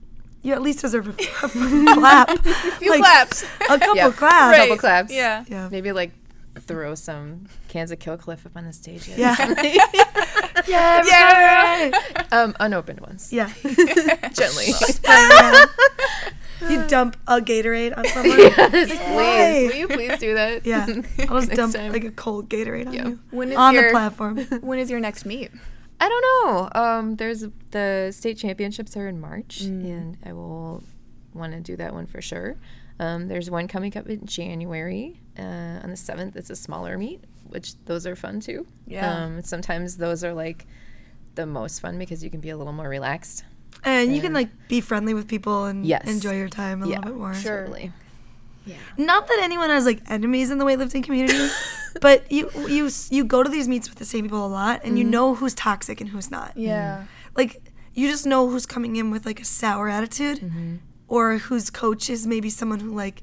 B: You at least deserve a, a clap. A
A: few claps.
B: A couple
C: Yeah.
B: Ah, claps.
C: Double claps.
A: Yeah.
B: Yeah.
C: Maybe like throw some cans of Killcliff up on the stage.
B: Yeah.
C: yeah.
A: Yeah.
C: Um, unopened ones.
B: Yeah.
C: Gently.
B: Yeah. you dump a Gatorade on someone.
C: Yes,
B: Why?
C: please. Will you please do that?
B: Yeah. I'll just
C: Next
B: dump
C: time.
B: like a cold Gatorade on
C: Yeah.
B: you.
A: When is
B: on
A: your
B: the platform.
A: when is your next meet?
C: I don't know. Um, there's the state championships are in March,
B: Mm.
C: and I will want to do that one for sure. Um, there's one coming up in January uh, on the seventh. It's a smaller meet, which those are fun too.
A: Yeah.
C: Um, sometimes those are like the most fun because you can be a little more relaxed.
B: And you can like be friendly with people and
C: Yes.
B: enjoy your time a
C: Yeah,
B: little bit more.
A: sure.
C: Totally.
B: Not that anyone has like enemies in the weightlifting community, but you you you go to these meets with the same people a lot and you
C: Mm-hmm.
B: know who's toxic and who's not.
A: Yeah.
B: like you just know who's coming in with like a sour attitude or whose coach is maybe someone who like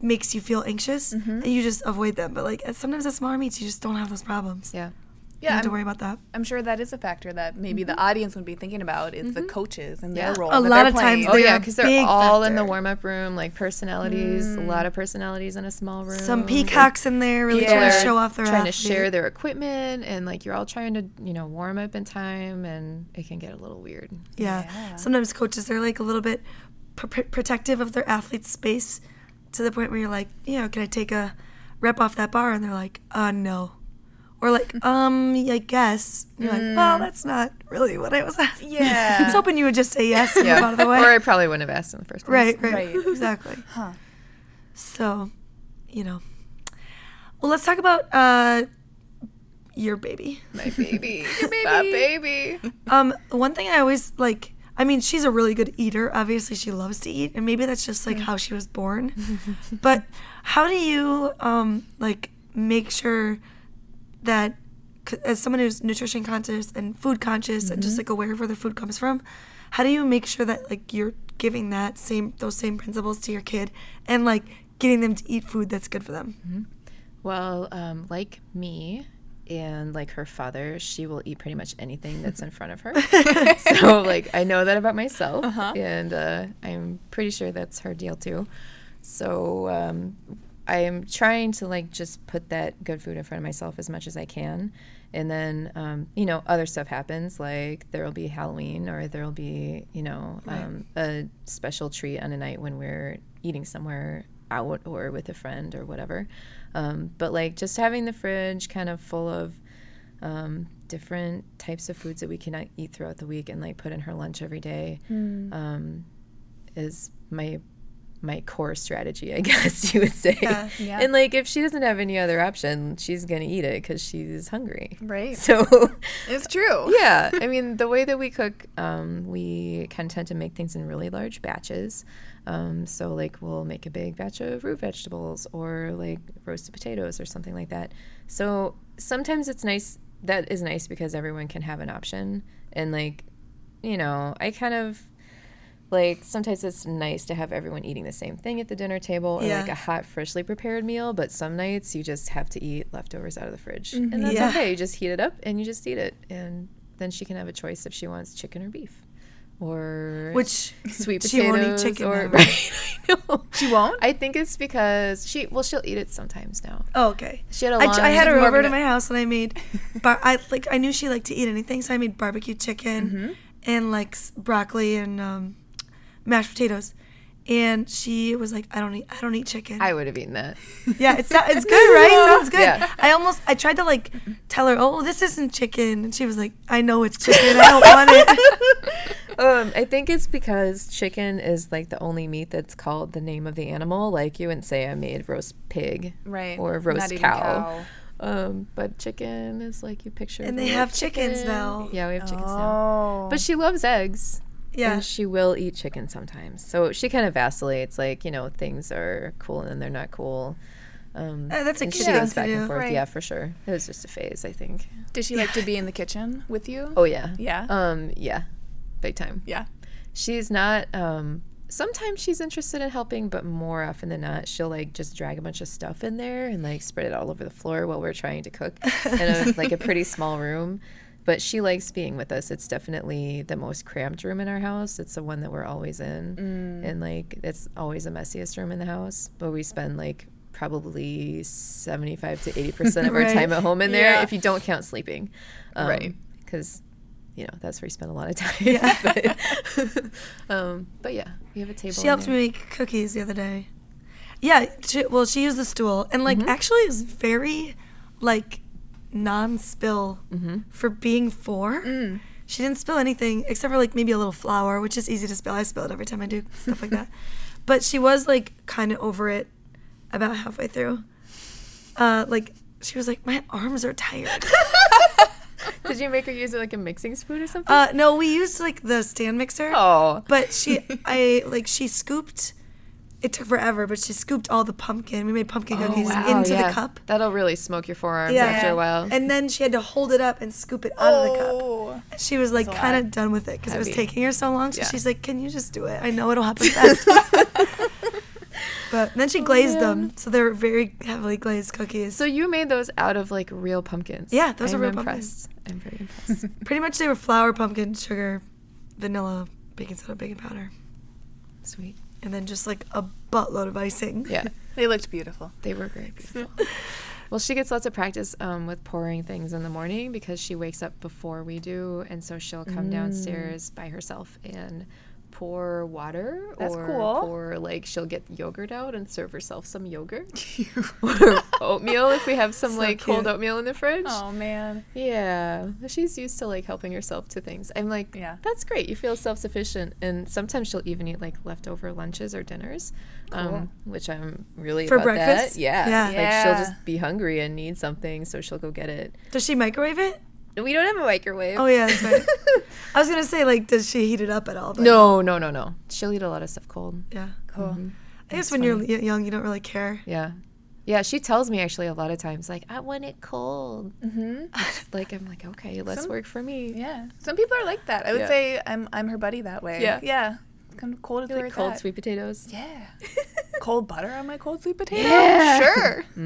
B: makes you feel anxious and you just avoid them but like at- sometimes at smaller meets you just don't have those problems
C: Yeah.
B: you don't
A: Yeah.
B: have to
A: I'm,
B: worry about that
A: I'm sure that is a factor that maybe the audience would be thinking about is the coaches and their
C: Mm-hmm.
A: role.
C: Yeah.
B: A
A: that
B: lot
A: they're
B: of times
A: playing.
C: Oh
B: They're
C: yeah,
B: a
C: because they're
B: big
C: all in the
B: factor. Mm.
C: warm-up room, like personalities. A lot of personalities in a small room.
B: some peacocks in there really trying to
A: Yeah.
B: show off their
C: trying
B: athlete.
C: to share their equipment and like you're all trying to you know warm up in time and it can get a little weird
B: yeah.
A: Yeah.
B: sometimes coaches are like a little bit pr- pr- protective of their athlete's space to the point where you're like you know can i take a rep off that bar and they're like uh no or like um i guess And you're like well that's not really what i was asking
A: Yeah.
B: I was hoping you would just say yes and move out of the way.
C: or i probably wouldn't have asked in the first place
B: right, right,
A: Right.
B: exactly.
A: Huh.
B: So, you know. Well, let's talk about uh, your baby.
C: my baby my baby
B: Um, one thing I always like. I mean, she's a really good eater. Obviously, she loves to eat, and maybe that's just like how she was born. but how do you um, like make sure that, c- as someone who's nutrition conscious and food conscious and just like aware of where their food comes from, how do you make sure that like you're giving that same those same principles to your kid and like getting them to eat food that's good for them?
C: well um, like me and like her father she will eat pretty much anything that's in front of her so like i know that about myself
B: Uh-huh.
C: and uh, i'm pretty sure that's her deal too so um, i'm trying to like just put that good food in front of myself as much as i can and then um, you know other stuff happens like there will be halloween or there will be you know um, a special treat on a night when we're eating somewhere out or with a friend or whatever um, but like just having the fridge kind of full of um, different types of foods that we can uh, eat throughout the week and like put in her lunch every day um, is my my core strategy, I guess you would say.
B: Yeah,
A: yeah.
C: And like if she doesn't have any other option, she's gonna eat it because she's hungry.
A: Right.
C: So
A: It's true.
C: yeah, I mean the way that we cook, um, we kind of tend to make things in really large batches. Um, so like we'll make a big batch of root vegetables or like roasted potatoes or something like that. So sometimes it's nice. That is nice because everyone can have an option and like, you know, I kind of like sometimes it's nice to have everyone eating the same thing at the dinner table or
B: Yeah.
C: like a hot freshly prepared meal but some nights you just have to eat leftovers out of the fridge and that's
B: Mm-hmm. Yeah.
C: okay you just heat it up and you just eat it and then she can have a choice if she wants chicken or beef or
B: Which
C: sweet
B: she
C: potatoes
B: won't eat chicken
C: or
B: now.
C: right I know.
A: She won't?
C: i think it's because she well she'll eat it sometimes now
B: Oh, okay.
C: She had a
B: I, I
C: long-
B: had her
A: More of
B: over
A: an-
B: to my house and I made, bar- I like I knew she liked to eat anything, so I made
C: Mm-hmm.
B: barbecue chicken and like s- broccoli and um, mashed potatoes, and she was like, "I don't eat, I don't eat chicken."
C: I would have eaten that.
B: yeah, it's not, it's good, right? Sounds good.
C: Yeah. Mm-hmm.
B: I almost I tried to like tell her, "Oh, this isn't chicken," and she was like, "I know it's chicken. I don't want it."
C: Um, I think it's because chicken is like the only meat that's called the name of the animal. Like you wouldn't say I made roast pig,
A: Right.
C: Or
A: Not
C: roast
A: even
C: cow.
A: cow.
C: Um, but chicken is like you picture.
B: And
C: the
B: they
C: word
B: have chickens now.
C: Yeah, we have chickens now.
A: Oh.
C: But she loves eggs.
B: Yeah.
C: And she will eat chicken sometimes. So she kind of vacillates, like, you know, things are cool and then they're not cool. Um,
B: Uh, that's a
C: and
B: kid
C: she
B: thing
C: goes
B: to
C: back
B: do.
C: and forth.
A: Right.
C: Yeah, for sure. It was just a phase, I think.
A: Did she like to be in the kitchen with you?
C: Oh yeah.
A: Yeah.
C: Um, yeah. Big time.
A: Yeah.
C: She's not um sometimes she's interested in helping, but more often than not, she'll like just drag a bunch of stuff in there and like spread it all over the floor while we're trying to cook in a, like a pretty small room. But she likes being with us. It's definitely the most cramped room in our house. It's the one that we're always in.
A: Mm.
C: And like it's always the messiest room in the house. But we spend like probably 75 to 80% of our
B: Right.
C: time at home in there
A: Yeah.
C: if you don't count sleeping. Um,
A: Right.
C: Because you know that's where you spend a lot of time. but, um, but yeah, we have a table.
B: She
C: in
B: helped
C: there.
B: me make cookies the other day. Yeah, she, well, she used the stool, and like actually, it was very like non-spill for being four.
A: mm.
B: She didn't spill anything except for like maybe a little flour, which is easy to spill. I spill it every time I do stuff like that. But she was like kind of over it about halfway through. Uh, like she was like, my arms are tired.
C: Did you make her use it like a mixing spoon or something?
B: uh, no, we used like the stand mixer.
C: oh,
B: But she, I like she scooped. It took forever, but she scooped all the pumpkin. We made pumpkin
C: Oh,
B: cookies into the cup.
C: That'll really smoke your forearms after a while.
B: And then she had to hold it up and scoop
A: Oh.
B: it out of the cup.
C: Oh.
B: And She was like kind of done with it because it was
C: Heavy.
B: taking her so long. So
C: Yeah.
B: she's like, "Can you just do it? I know it'll happen fast." but then she glazed them, so they were very heavily glazed cookies.
C: Oh, so you made those out of like real pumpkins.
B: Yeah, those are
C: I'm
B: real
C: impressed. I'm very impressed.
B: Pretty much, they were flour, pumpkin, sugar, vanilla, baking soda, baking powder,
C: Sweet.
B: and then just like a buttload of icing.
C: Yeah,
A: They looked beautiful.
C: they were very beautiful. Well, she gets lots of practice um, with pouring things in the morning because she wakes up before we do, and so she'll come downstairs by herself and pour water
A: That's
C: or
A: cool.
C: pour like she'll get yogurt out and serve herself some yogurt or oatmeal if we have some
B: So
C: like cold
B: cute.
C: oatmeal in the fridge.
A: Oh man.
C: Yeah, she's used to like helping herself to things. I'm like,
A: Yeah.
C: that's great. You feel self sufficient, and sometimes she'll even eat like leftover lunches or dinners, um, which I'm really
B: For
C: about that.
B: breakfast?
C: Yeah,
B: Yeah.
C: like
A: Yeah.
C: she'll just be hungry and need something, so she'll go get it.
B: Does she microwave it?
C: We don't have a microwave.
B: Oh yeah, that's right. I was gonna say like, does she heat it up at all? But
C: no, no, no, no. She'll eat a lot of stuff cold.
B: Yeah.
A: Cool.
B: I guess when you're y- young, you don't really care.
C: Yeah. Yeah, she tells me actually a lot of times, like, I want it cold. Mm-hmm. like, I'm like, okay, let's
A: Some-
C: work for me.
A: Yeah. Some people are like that. I would
C: Yeah.
A: say I'm I'm her buddy that way.
C: Yeah.
A: Yeah. Kind of cold as
C: Like cold sweet potatoes.
A: Yeah. cold butter on my cold sweet potato?
C: Yeah.
A: Oh, Sure.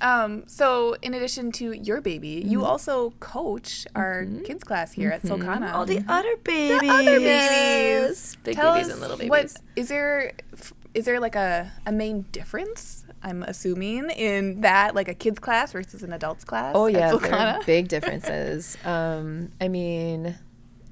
A: um, so in addition to your baby, you also coach our kids class here at Solcana.
B: All the other babies.
A: babies.
C: Big
A: Tell
C: Mm-hmm. babies
A: us
C: and little babies.
A: What, is there f- is there like a, a main difference, I'm assuming, in that like a kids class versus an adults class?
C: Oh
A: at
C: yeah, there
A: Solcana?
C: are big differences. um, I mean,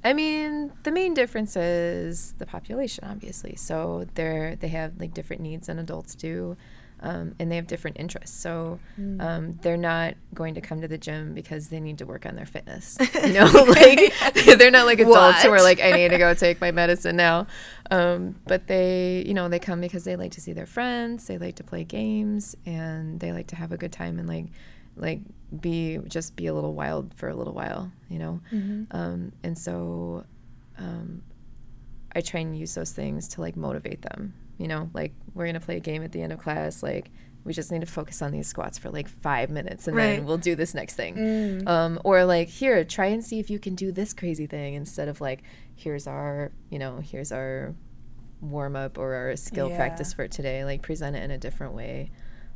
C: I mean, the main difference is the population, obviously. So they're they have like different needs than adults do, um, and they have different interests. So
A: Hmm.
C: um, they're not going to come to the gym because they need to work on their fitness. You know, like they're not like adults who are
A: What?
C: like, I need to go take my medicine now. Um, but they, you know, they come because they like to see their friends, they like to play games, and they like to have a good time and like like be just be a little wild for a little while, you know. Um, and so um, I try and use those things to like motivate them. You know, like we're gonna play a game at the end of class. Like we just need to focus on these squats for like five minutes, and
B: Right. Mm.
C: then we'll do this next thing. Um, or like here, try and see if you can do this crazy thing instead of like here's our you know here's our warm up or our skill
A: Yeah.
C: practice for today. Like present it in a different way.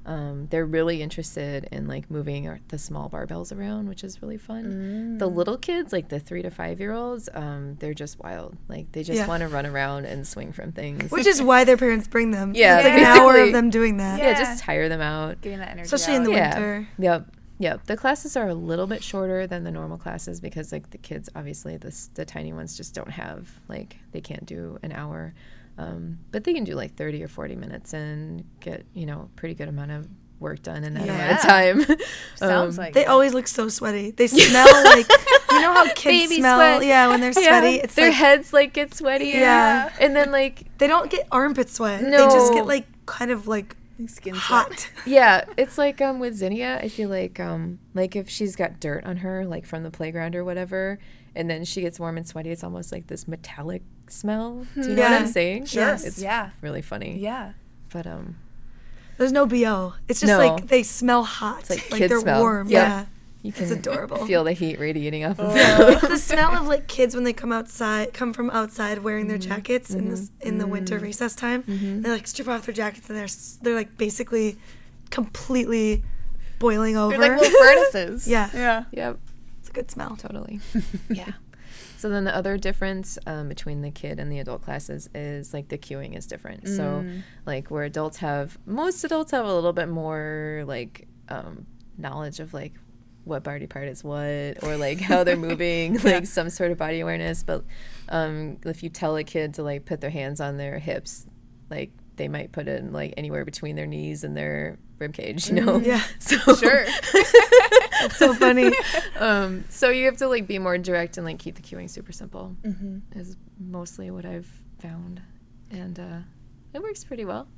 C: Um, they're really interested in like moving our, the small barbells around, which is really fun.
B: Mm.
C: The little kids, like the three to five year olds, um, they're just wild. Like they just
B: Yeah.
C: want to run around and swing from things.
B: Which is why their parents bring them.
C: Yeah,
B: It's like an hour
C: basically.
B: of them doing that.
C: yeah, just tire them out.
A: Getting that energy.
B: Especially in
A: out.
B: the
C: Yeah.
B: winter.
C: Yep. Yep. The classes are a little bit shorter than the normal classes because like the kids obviously the s- the tiny ones just don't have like they can't do an hour. Um, but they can do like 30 or 40 minutes and get, you know, a pretty good amount of work done in that amount of time.
A: Sounds
C: Um,
A: like
B: They always look so sweaty. They smell like you know how oh, kids
C: Baby
B: smell.
C: sweat.
B: Yeah, when they're sweaty, it's
C: their
B: like
C: heads like get sweaty.
B: Yeah.
C: And then like
B: they don't get armpit sweat. They just
C: No.
B: get like kind of like
A: skin
B: hot.
C: yeah, it's like um with Zinnia, I feel like um like if she's got dirt on her like from the playground or whatever, and then she gets warm and sweaty, it's almost like this metallic smell. Do you know what
B: Yeah.
C: I'm saying?
B: Sure. Yes.
C: It's
A: Yeah.
C: really funny.
A: Yeah.
C: But um
B: There's no bo. It's just
C: No.
B: like they smell hot.
C: like
B: like
C: kid
B: they're
C: smell.
B: warm.
C: Yeah.
B: Yeah.
C: you can
B: It's adorable.
C: feel the heat radiating off of
B: Yeah,
C: them.
B: it's the smell of like kids when they come outside, come from outside wearing
C: Mm-hmm.
B: their jackets in this in the winter recess time. They like strip off their jackets and they're s- they're like basically completely boiling over.
A: They're like little furnaces.
B: Yeah.
A: Yeah.
C: yep,
B: it's a good smell.
C: totally. yeah. So then the other difference um, between the kid and the adult classes is like the queuing is different. So like where adults have most adults have a little bit more like um, knowledge of like what body part is what or like how they're moving, like some sort of body awareness. But um, if you tell a kid to like put their hands on their hips, like they might put it in, like anywhere between their knees and their rib cage, you know?
B: Mm, Yeah.
C: So
A: Sure.
B: It's so funny.
C: um, so you have to like be more direct and like keep the queuing super simple.
A: Mm-hmm.
C: Is mostly what I've found, and uh, it works pretty well.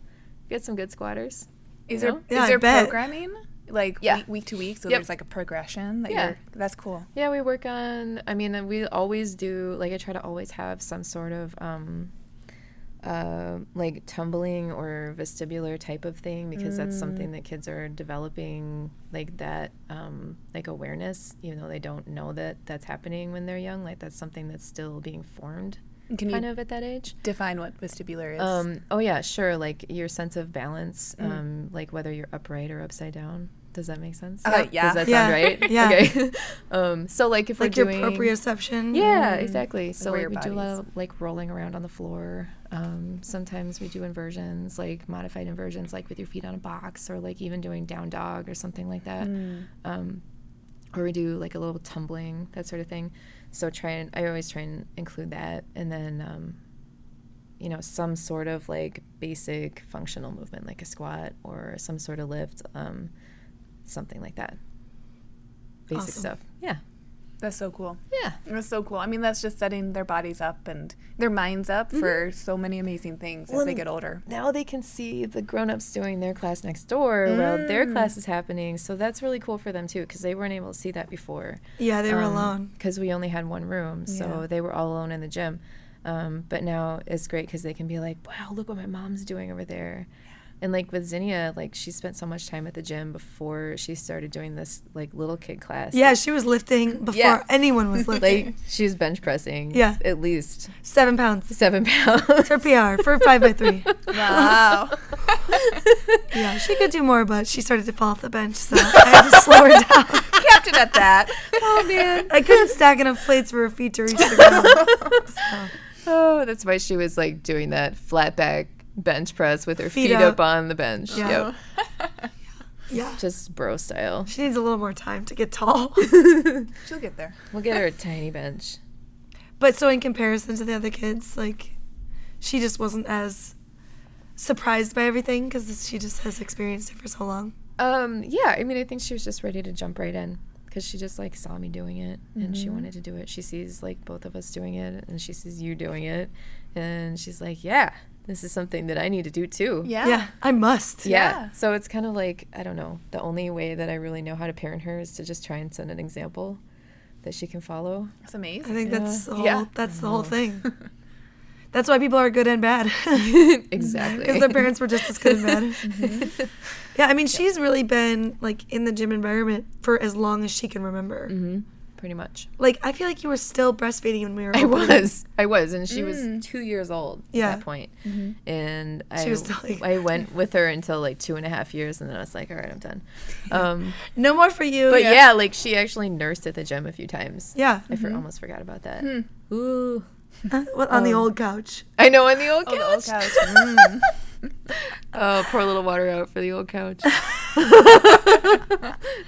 C: Get some good squatters.
A: Is
C: You
A: there
C: know?
A: is
B: Yeah, I
A: there
B: bet.
A: programming? Like
C: Yeah.
A: week, week to week, so
C: Yep.
A: there's like a progression that
C: Yeah.
A: you're that's cool.
C: Yeah, we work on. I mean, we always do. Like, I try to always have some sort of, um, uh, like tumbling or vestibular type of thing because
A: Mm.
C: that's something that kids are developing, like that, um, like awareness, even though they don't know that that's happening when they're young. Like, that's something that's still being formed,
A: Can
C: kind
A: you
C: of at that age.
A: define what vestibular is?
C: Um, oh yeah, sure. Like your sense of balance,
B: Mm.
C: um, like whether you're upright or upside down. Does that make sense?
A: Uh, yeah.
C: Does that
B: Yeah.
C: sound right?
B: Yeah.
C: Okay. um, so like if
B: Like
C: we're
B: your
C: doing
B: proprioception.
C: yeah, exactly. So
A: where
C: like,
A: your
C: we do a lot
A: body's-
C: of like rolling around on the floor. Um, sometimes we do inversions, like modified inversions, like with your feet on a box, or like even doing down dog or something like that. Um, or we do like a little tumbling, that sort of thing. So try and I always try and include that, and then um, you know some sort of like basic functional movement, like a squat or some sort of lift, um, something like that. Basic
B: Awesome.
C: stuff. Yeah.
A: that's so cool.
C: Yeah.
A: That's so cool. I mean, that's just setting their bodies up and their minds up
C: Mm-hmm.
A: for so many amazing things as they
C: and-
A: get older.
C: now they can see the grown-ups doing their class next door while
B: Mm.
C: their class is happening so that's really cool for them too because they weren't able to see that before
B: Yeah, they were
C: Um,
B: alone.
C: because we only had one room so they were all alone in the gym um, but now it's great because they can be like wow look what my mom's doing over there and like with zinnia like she spent so much time at the gym before she started doing this like little kid class
B: Yeah, she was lifting before
C: Yeah.
B: anyone was lifting.
C: like she was bench pressing
B: Yeah.
C: at least
B: Seven pounds.
C: seven pounds
B: Her PR for five by three.
A: Wow.
B: Yeah, she could do more, but she started to fall off the bench, so I had to slow her down.
A: Kept it at that.
C: oh man
B: I couldn't stack enough plates for her feet to reach the ground.
C: Oh, that's why she was like doing that flat back bench press with her feet,
B: Feet up.
C: up. on the bench.
B: Yeah.
C: Yep.
B: Yeah.
C: Just bro style.
B: She needs a little more time to get tall.
A: She'll get there.
C: We'll get her a tiny bench.
B: But so in comparison to the other kids, like she just wasn't as surprised by everything because she just has experienced it for so long.
C: Um, yeah, I mean, I think she was just ready to jump right in because she just like saw me doing it and she wanted to do it. She sees like both of us doing it and she sees you doing it. And she's like, yeah, this is something that I need to do too.
A: Yeah.
B: Yeah, I must.
C: Yeah.
A: Yeah.
C: So it's kind of like, I don't know, the only way that I really know how to parent her is to just try and set an example that she can follow.
A: That's
B: I
A: amazing.
B: think that's the whole,
A: Yeah.
B: that's the whole thing. That's why people are good and bad.
C: exactly.
B: Because their parents were just as good and bad.
C: Mm-hmm.
B: Yeah, I mean, she's really been like in the gym environment for as long as she can remember.
C: Mm-hmm. Pretty much.
B: Like, I feel like you were still breastfeeding when we were.
C: I
B: opening.
C: was. I was, and she was two years old
B: Yeah.
C: at that point. And I,
B: was telling-
C: I went with her until like two and a half years, and then I was like, all right, I'm done. Um,
B: No more for you.
C: but yeah. like she actually nursed at the gym a few times.
B: Yeah.
C: I for, almost forgot about that.
A: Hmm.
C: Ooh,
B: Well, on the old couch.
C: I know on the old couch. Mm.
A: the old couch.
C: Oh, pour a little water out for the old couch.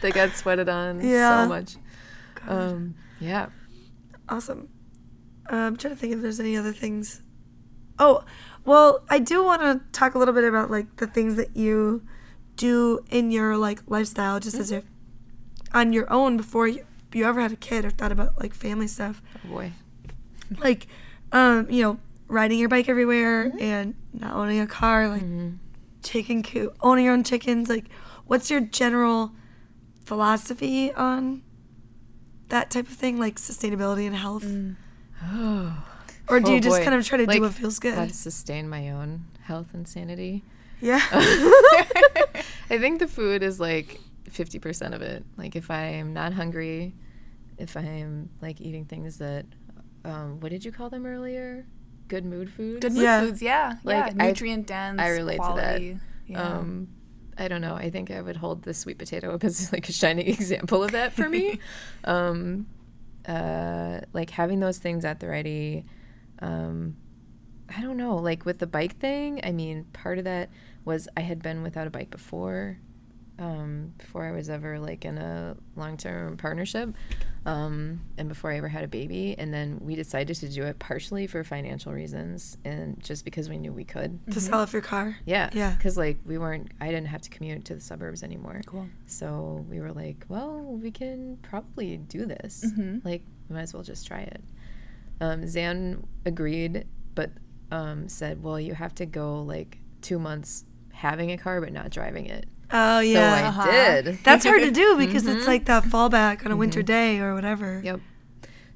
C: they got sweated on
B: Yeah.
C: so much. Um, yeah.
B: Awesome. Uh, I'm trying to think if there's any other things Oh, well, I do want to talk a little bit about like the things that you do in your like lifestyle, just
C: Mm-hmm.
B: as if on your own before you, you ever had a kid or thought about like family stuff.
C: Oh boy. Mm-hmm.
B: like um you know riding your bike everywhere and not owning a car like
C: Mm-hmm.
B: chicken coop owning your own chickens like what's your general philosophy on that type of thing like sustainability and health
C: Mm. Oh.
B: or do
C: Oh,
B: you just
C: boy.
B: kind of try to
C: Like,
B: do what feels
C: How
B: good
C: to sustain my own health and sanity. Mm-hmm.
B: yeah
C: I think the food is like 50% of it. Like if I'm not hungry, if I'm like eating things that, um, what did you call them earlier? Good mood foods.
A: Good mood
B: Yeah.
A: foods, yeah.
C: Like,
A: yeah.
C: I-
A: Nutrient dense.
C: I relate to that.
A: quality. Yeah.
C: Um, I don't know. I think I would hold the sweet potato up as like a shining example of that for me. um, uh, like having those things at the ready. Um, I don't know. Like with the bike thing, I mean, part of that was I had been without a bike before, um, before I was ever like in a long term partnership, um, and before I ever had a baby. And then we decided to do it partially for financial reasons and just because we knew we could.
B: to sell off your car
C: Yeah.
B: Yeah.
C: Because like we weren't, I didn't have to commute to the suburbs anymore.
A: Cool.
C: So we were like, well, we can probably do this.
B: Mm-hmm.
C: Like, we might as well just try it. Um, Zan agreed, but um, said, well, you have to go like two months having a car but not driving it.
B: oh yeah
C: so I
A: uh-huh.
C: did.
B: that's hard to do because it's like that fallback on a winter day or whatever
C: Mm-hmm. Yep.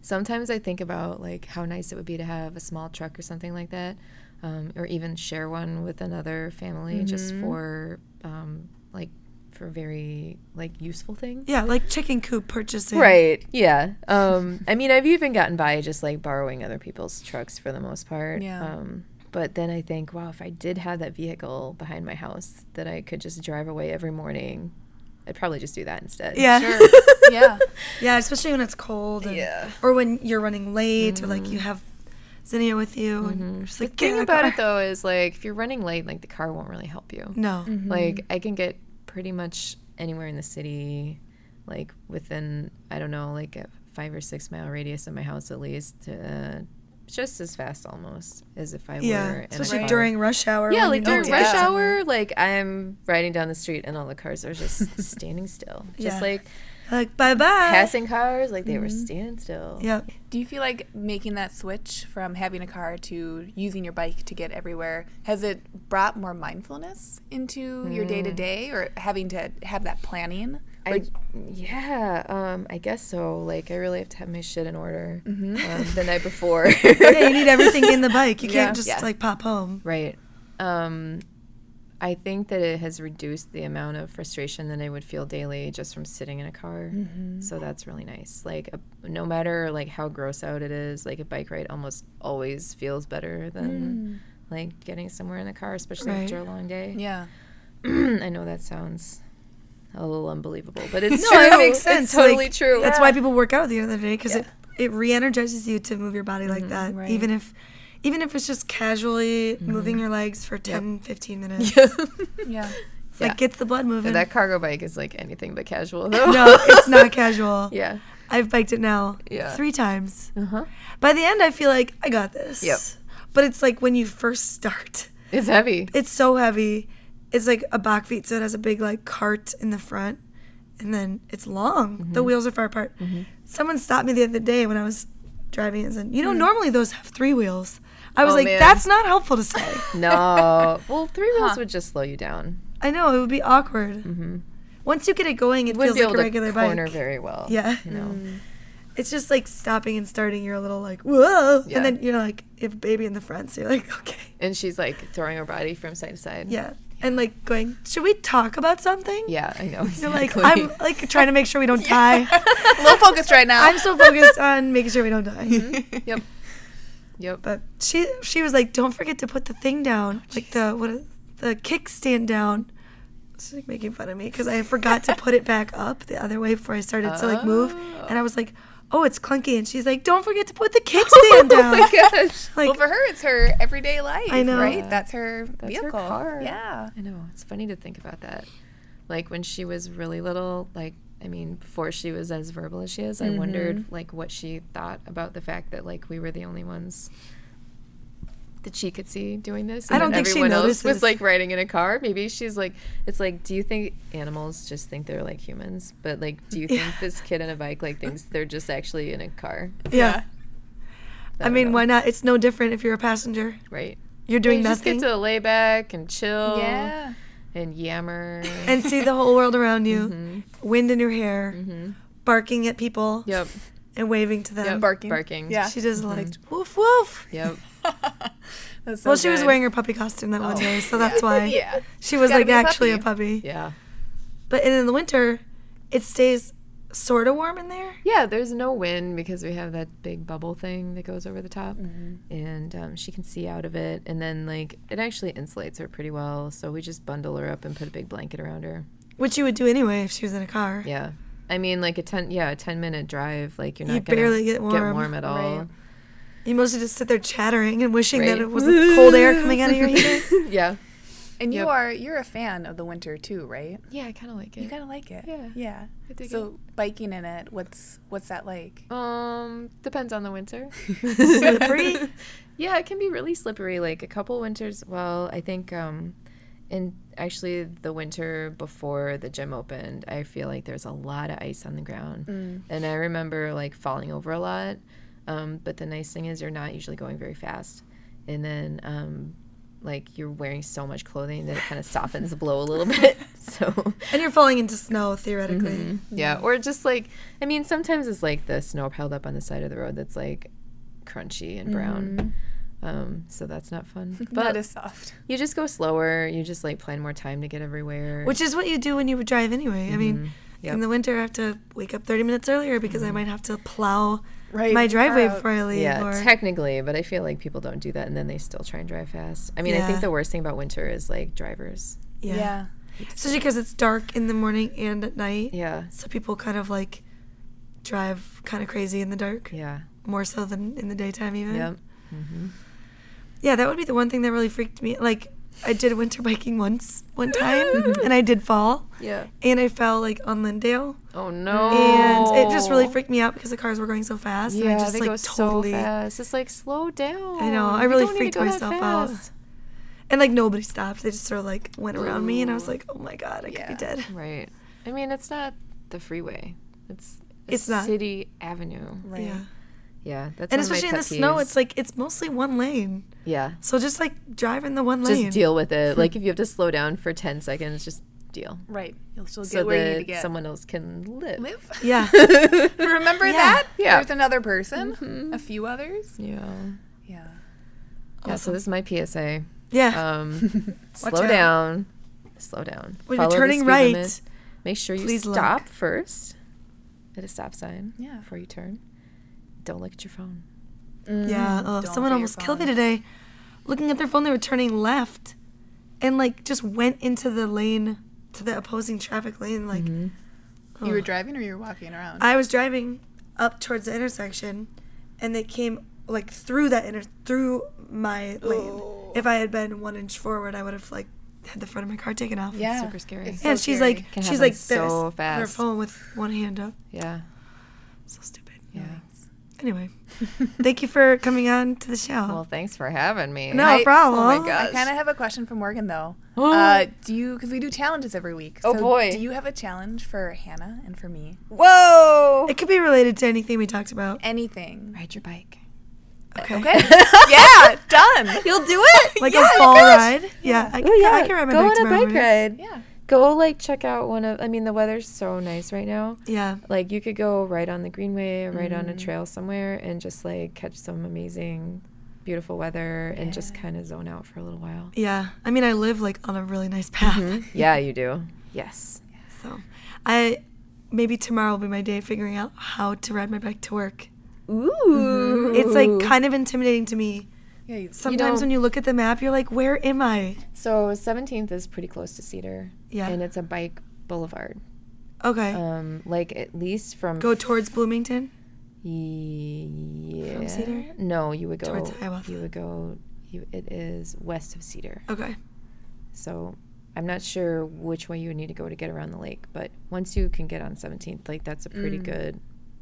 C: Sometimes I think about like how nice it would be to have a small truck or something like that, um, or even share one with another family just for um, like for very like useful things.
B: yeah like chicken coop purchasing
C: Right. Yeah. Um, I mean, I've even gotten by just like borrowing other people's trucks for the most part.
A: Yeah.
C: Um, but then I think, wow, if I did have that vehicle behind my house that I could just drive away every morning, I'd probably just do that instead.
B: yeah
A: Sure. yeah.
B: Yeah, especially when it's cold. And,
C: Yeah. Mm-hmm.
B: Or when you're running late, or like you have Zinnia with you, and you're just
C: The
B: like,
C: thing
B: "Yeah,
C: about
B: car."
C: it though is like if you're running late, like the car won't really help you.
B: No.
C: Like I can get pretty much anywhere in the city, like within I don't know, like a five or six mile radius of my house at least. Uh, just as fast almost as if I were.
B: Yeah.
C: in a
B: Especially
C: car.
B: during rush hour.
C: Yeah,
B: when
C: like
B: you need
C: during
B: to
C: rush
B: get
A: yeah.
B: somewhere.
C: hour, like I'm riding down the street and all the cars are just standing still. Just
B: Yeah. Uh, mm-hmm.
C: like
B: Like bye bye.
C: passing cars, like they were standing still.
B: Yep.
A: Do you feel like making that switch from having a car to using your bike to get everywhere has it brought more mindfulness into
B: Mm.
A: your day to day or having to have that planning?
C: I, yeah, um, I guess so. Like, I really have to have my shit in order
B: Mm-hmm.
C: um, the night before.
B: Yeah, you need everything in the bike. You can't just
C: Yeah.
B: like pop home.
C: right. Um, I think that it has reduced the amount of frustration that I would feel daily just from sitting in a car.
B: Mm-hmm.
C: So that's really nice. Like, a, no matter like how gross out it is, like a bike ride almost always feels better than like getting somewhere in the car, especially
B: Mm. Right.
C: after a long day.
A: Yeah.
C: I know that sounds a little unbelievable, but it's
B: No,
C: true.
B: it makes sense.
C: It's totally
B: like,
C: true.
B: That's why people work out the other day because it it re-energizes you to move your body
C: Mm-hmm.
B: like that,
A: right.
B: even if. Even if it's just casually
C: Mm-hmm.
B: moving your legs for 10, 15 minutes,
A: Yeah.
B: It's like
C: Yeah.
B: gets the blood moving.
C: That cargo bike is like anything but casual, though.
B: Mm-hmm. no, it's not casual.
C: Yeah.
B: I've biked it now
C: Yeah.
B: three times.
C: Uh huh.
B: By the end, I feel like I got this.
C: Yep.
B: But it's like when you first start,
C: It's heavy.
B: it's so heavy. It's like a back feet, so it has a big like cart in the front, and then it's long. The wheels are far apart. Someone stopped me the other day when I was driving and said, "You know, normally those have three wheels." I was
C: Oh,
B: like,
C: man.
B: "That's not helpful to say."
C: No. well, three wheels would just slow you down.
B: I know it would be awkward. Once you get it going, it
C: Would
B: feels
C: be
B: like
C: able
B: a regular
C: to corner
B: bike.
C: very well.
B: Yeah.
C: You know.
B: It's just like stopping and starting. You're a little like, "Whoa,"
C: Yeah.
B: and then you're like, "You have a baby in the front," so you're like, "Okay."
C: And she's like throwing her body from side to side.
B: Yeah. And like going, should we talk about something?
C: Yeah, I know.
B: You're
C: Exactly.
B: like, I'm like trying to make sure we don't die.
A: Low focused right now.
B: I'm so focused on making sure we don't
C: Mm-hmm.
B: die.
C: Yep. Yep.
B: But she she was like, don't forget to put the thing down, like the what is- the kickstand down. She's like making fun of me because I forgot to put it back up the other way before I started to like move, and I was like, oh, it's clunky, and she's like, don't forget to put the kickstand down.
C: Oh my gosh.
B: Like,
A: well, for her, it's her everyday life.
B: I know.
A: Right? That's her
C: That's her
A: vehicle.
C: car.
A: Yeah.
C: I know. It's funny to think about that. Like when she was really little, like I mean, before she was as verbal as she is, I
B: Mm-hmm.
C: wondered like what she thought about the fact that like we were the only ones that she could see doing this.
B: I
C: and
B: don't
C: then
B: think she
C: everyone else
B: notices.
C: was like riding in a car. Maybe she's like, it's like, do you think animals just think they're like humans? But like, do you think this kid on a bike like thinks they're just actually in a car?
B: Yeah. I
C: don't
B: mean,
C: know.
B: why not? It's no different if you're a passenger.
C: Right.
B: You're doing
C: You just
B: nothing
C: get to lay back and chill
A: Yeah.
C: and yammer.
B: and see the whole world around you.
C: Mm-hmm.
B: Wind in your hair, barking at people
C: yep.
B: and waving to them.
C: Yep.
A: Barking.
C: Barking.
A: Yeah. Mm-hmm.
B: She just like woof woof.
C: Yep.
A: That's so
B: well, she was
A: good.
B: wearing her puppy costume that one
C: Oh.
B: day, so that's why
A: Yeah.
B: she was
A: gotta
B: like
A: be a
B: actually a
A: puppy.
B: puppy.
C: Yeah.
B: But in the winter, it stays sort of warm in there.
C: Yeah, there's no wind because we have that big bubble thing that goes over the top, and um, she can see out of it. And then like it actually insulates her pretty well, so we just bundle her up and put a big blanket around her.
B: Which you would do anyway if she was in a car.
C: Yeah, I mean like a ten yeah a ten minute drive like you're
B: You
C: not gonna
B: barely get warm.
C: at all.
A: Right.
B: You mostly just sit there chattering and wishing that
C: Right.
B: it was cold air coming out of your heater.
C: yeah,
A: And you
C: Yep.
A: are you're a fan of the winter too, right?
C: yeah, I kind of like
A: You
C: it.
A: kind of like it.
C: Yeah.
A: Yeah.
C: I dig
A: So biking in it, what's what's that like?
C: Um, depends on the winter.
B: Slippery.
C: Yeah, it can be really slippery. Like a couple winters. Well, I think um, in actually the winter before the gym opened, I feel like there's a lot of ice on the ground, and I remember like falling over a lot. Um, but the nice thing is you're not usually going very fast, and then um, like you're wearing so much clothing that it kind of softens the blow a little bit. So
B: And you're falling into snow theoretically.
A: Mm-hmm.
C: yeah, or just like I mean, sometimes it's like the snow piled up on the side of the road that's like crunchy and brown.
B: Mm-hmm.
C: Um, so that's not fun.
A: Not
C: But
A: as soft.
C: you just go slower. You just like plan more time to get everywhere.
B: Which is what you do when you would drive anyway. I mean,
A: Mm-hmm.
C: Yep.
B: in the winter, I have to wake up 30 minutes earlier because I might have to plow
A: Right.
B: my
A: the car
B: driveway
A: out.
B: before I leave.
C: yeah,
B: or,
C: technically, but I feel like people don't do that, and then they still try and drive fast. I mean, I
B: Yeah.
C: think the worst thing about winter is like drivers.
B: yeah.
A: Yeah.
B: Especially because it's dark in the morning and at night.
C: Yeah,
B: So people kind of like drive kind of crazy in the dark,
C: yeah,
B: more so than in the daytime, even.
C: yep.
B: Yeah, that would be the one thing that really freaked me. Like, I did winter biking once, one time, and I did fall,
C: Yeah.
B: and I fell like on Lindale,
C: Oh no.
B: and it just really freaked me out because the cars were going so fast, and
C: Yeah,
B: I just
C: they
B: like
C: go
B: totally,
C: so fast. It's like slow down.
B: I know, I
C: You
B: really
C: don't need to
B: freaked
C: go that
B: myself out.
C: fast.
B: and like nobody stopped. They just sort of like went around me, and I was like, oh my god, I could
A: Yeah.
B: be dead.
C: Right. I mean, it's not the freeway. It's
B: It's not.
C: City Avenue.
A: Right.
B: Yeah,
C: Yeah, that's
B: and
C: one of my
B: especially in the
C: pet
B: snow,
C: peeves.
B: it's like it's mostly one lane,
C: yeah.
B: so just like drive in the one
C: Just
B: lane.
C: deal with it. Like if you have to slow down for ten seconds, just deal.
A: Right. You'll still get
C: So
A: where you need to
C: that
A: get.
C: someone else can live.
A: live.
B: Yeah,
A: Remember
B: Yeah.
A: that?
C: Yeah.
A: There's another person. A few others.
C: Yeah.
A: Yeah.
C: Yeah. So this is my PSA.
B: yeah.
C: Um,
B: Watch
C: slow
B: out.
C: down. Slow down.
B: When you're
C: Follow the
B: turning
C: speed
B: right,
C: limit. make sure you
B: please look.
C: stop first at a stop sign.
A: Yeah.
C: Before you turn. Don't look at your phone. Mm,
B: Yeah, oh,
A: Don't look at
B: someone
A: your
B: almost killed me
A: phone.
B: today. Looking at their phone, they were turning left, and like just went into the lane to the opposing traffic lane. Like
C: Mm-hmm.
A: You were driving or you were walking around?
B: Oh. I was driving up towards the intersection, and they came like through that inter through my lane.
A: Oh.
B: If I had been one inch forward, I would have like had the front of my car taken off.
A: yeah.
C: super scary.
A: It's
B: and
A: so
B: she's
A: scary.
B: like,
C: Can
B: she's
C: happen
B: like
C: so
B: this, on her
C: fast.
B: phone with one hand up.
C: Yeah.
B: So stupid.
C: Yeah.
B: Anyway, thank you for coming on to the show.
C: Well, thanks for having me.
B: Um, no
A: I- oh my
B: problem.
C: gosh.
A: I kind of have a question for Morgan though. uh, do you? Because we do challenges every week.
C: Oh, boy.
A: Do you have a challenge for Hannah and for me?
C: Whoa!
B: It could be related to anything we talked about.
A: Anything?
C: Ride your bike.
B: Okay.
A: Okay. yeah. Done.
C: You'll do it.
B: Like a fall ride. Yeah. I, can, I can ride my
C: Oh, Go
B: bike
C: on a
B: tomorrow
C: bike
B: morning.
C: ride.
A: Yeah.
C: Go like check out one of. I mean, the weather's so nice right now.
B: Yeah.
C: Like you could go right on the greenway, or right on
B: Mm.
C: a trail somewhere, and just like catch some amazing, beautiful weather, and just kind of zone out for a little while.
B: Yeah. I mean, I live like on a really nice path.
C: yeah, you do. Yes.
B: So I maybe tomorrow will be my day figuring out how to ride my bike to work.
C: Ooh.
B: Mm-hmm. It's like kind of intimidating to me.
A: Yeah. You,
B: Sometimes when you look at the map, you're like, where am I?
C: So 17th is pretty close to Cedar.
B: Yeah.
C: And it's a bike boulevard.
B: Okay.
C: Um, like at least from
B: Go towards Bloomington.
C: Yeah.
B: Cedar?
C: No, you would go
B: Towards Hiawatha? Oh.
C: You would go. You, it is west of Cedar.
B: Okay.
C: So I'm not sure which way you would need to go to get around the
B: Mm.
C: lake, but once you can get on 17th, like that's a pretty good,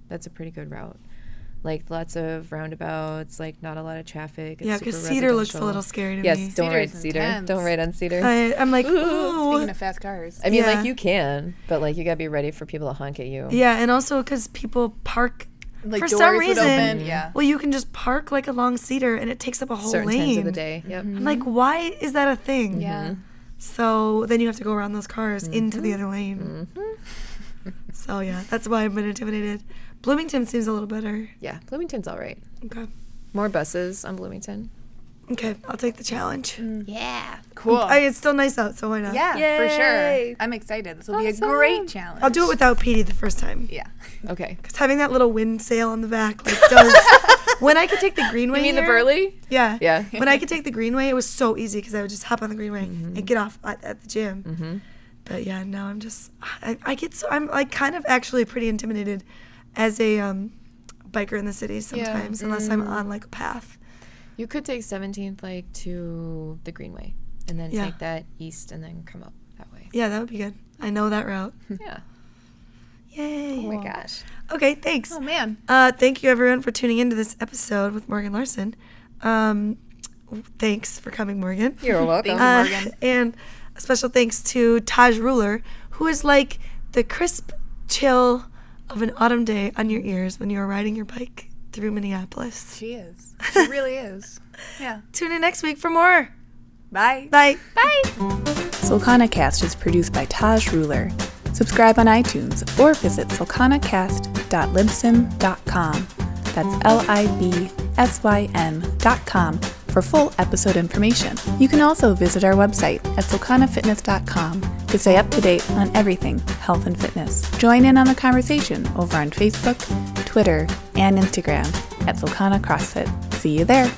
C: that's a pretty good route. like lots of roundabouts, like not a lot of traffic. It's
B: Yeah, because
C: super
B: Cedar looks a
C: residential.
B: little scary to
C: Yes,
B: me.
C: don't
A: Cedar
C: ride
A: is
C: Cedar. Don't
A: intense.
C: ride on Cedar.
B: I, I'm like, ooh.
A: Speaking of fast cars,
C: I mean,
B: Yeah.
C: like you can, but like you gotta be ready for people to honk at you.
B: Yeah, and also because people park
A: like
B: for
A: doors
B: some
A: would
B: reason.
A: open, yeah.
B: Well, you can just park like along Cedar, and it takes up a whole
C: Certain
B: lane.
C: times of the day.
A: Mm-hmm.
C: Yep.
B: I'm like, why is that a thing?
A: Yeah.
B: So then you have to go around those cars into the other lane. so yeah, that's why I've been intimidated. Bloomington seems a little better.
C: Yeah. Bloomington's all right.
B: Okay.
C: More buses on Bloomington.
B: Okay, I'll take the challenge.
A: Mm, Cool.
B: I, it's still nice out, so why not?
A: yeah, for sure.
C: Yay.
A: I'm excited. This will be
C: Awesome.
A: a great challenge.
B: I'll do it without PD the first time.
A: Yeah.
C: Okay.
B: Because having that little wind sail on the back like does. when I could take the greenway.
C: You mean the
B: here-
C: Burley?
B: Yeah.
C: Yeah.
B: when I could take the greenway, it was so easy because I would just hop on the greenway
A: Mm-hmm.
B: and get off at, at the gym.
C: Mm-hmm.
B: But yeah, now I'm just I, I get so I'm like kind of actually pretty intimidated as a um, biker in the city sometimes unless
A: Mm.
B: I'm on like a path.
C: You could take 17th like to the Greenway and then
B: Yeah.
C: take that east and then come up that way.
B: Yeah, that would be good. I know that route.
C: yeah.
B: Yay!
C: Oh my gosh.
B: Okay, thanks.
A: Oh man.
B: Uh, thank you everyone for tuning into this episode with Morgan Larson. Um, thanks for coming, Morgan.
C: You're welcome.
A: you.
B: Uh,
A: Morgan.
B: and a special thanks to Taj Ruler, who is like the crisp chill of an autumn day on your ears when you are riding your bike through Minneapolis.
A: She is. She really is. Yeah.
B: Tune in next week for more.
A: Bye.
B: Bye.
A: Cast is produced by Taj Ruler. Subscribe on iTunes or visit sulcanacast.libsyn.com. That's L I B S Y N dot com for full episode information. You can also visit our website at sulcanafitness.com to stay up to date on everything health and fitness. Join in on the conversation over on Facebook, Twitter, and Instagram at Sulcana CrossFit. See you there.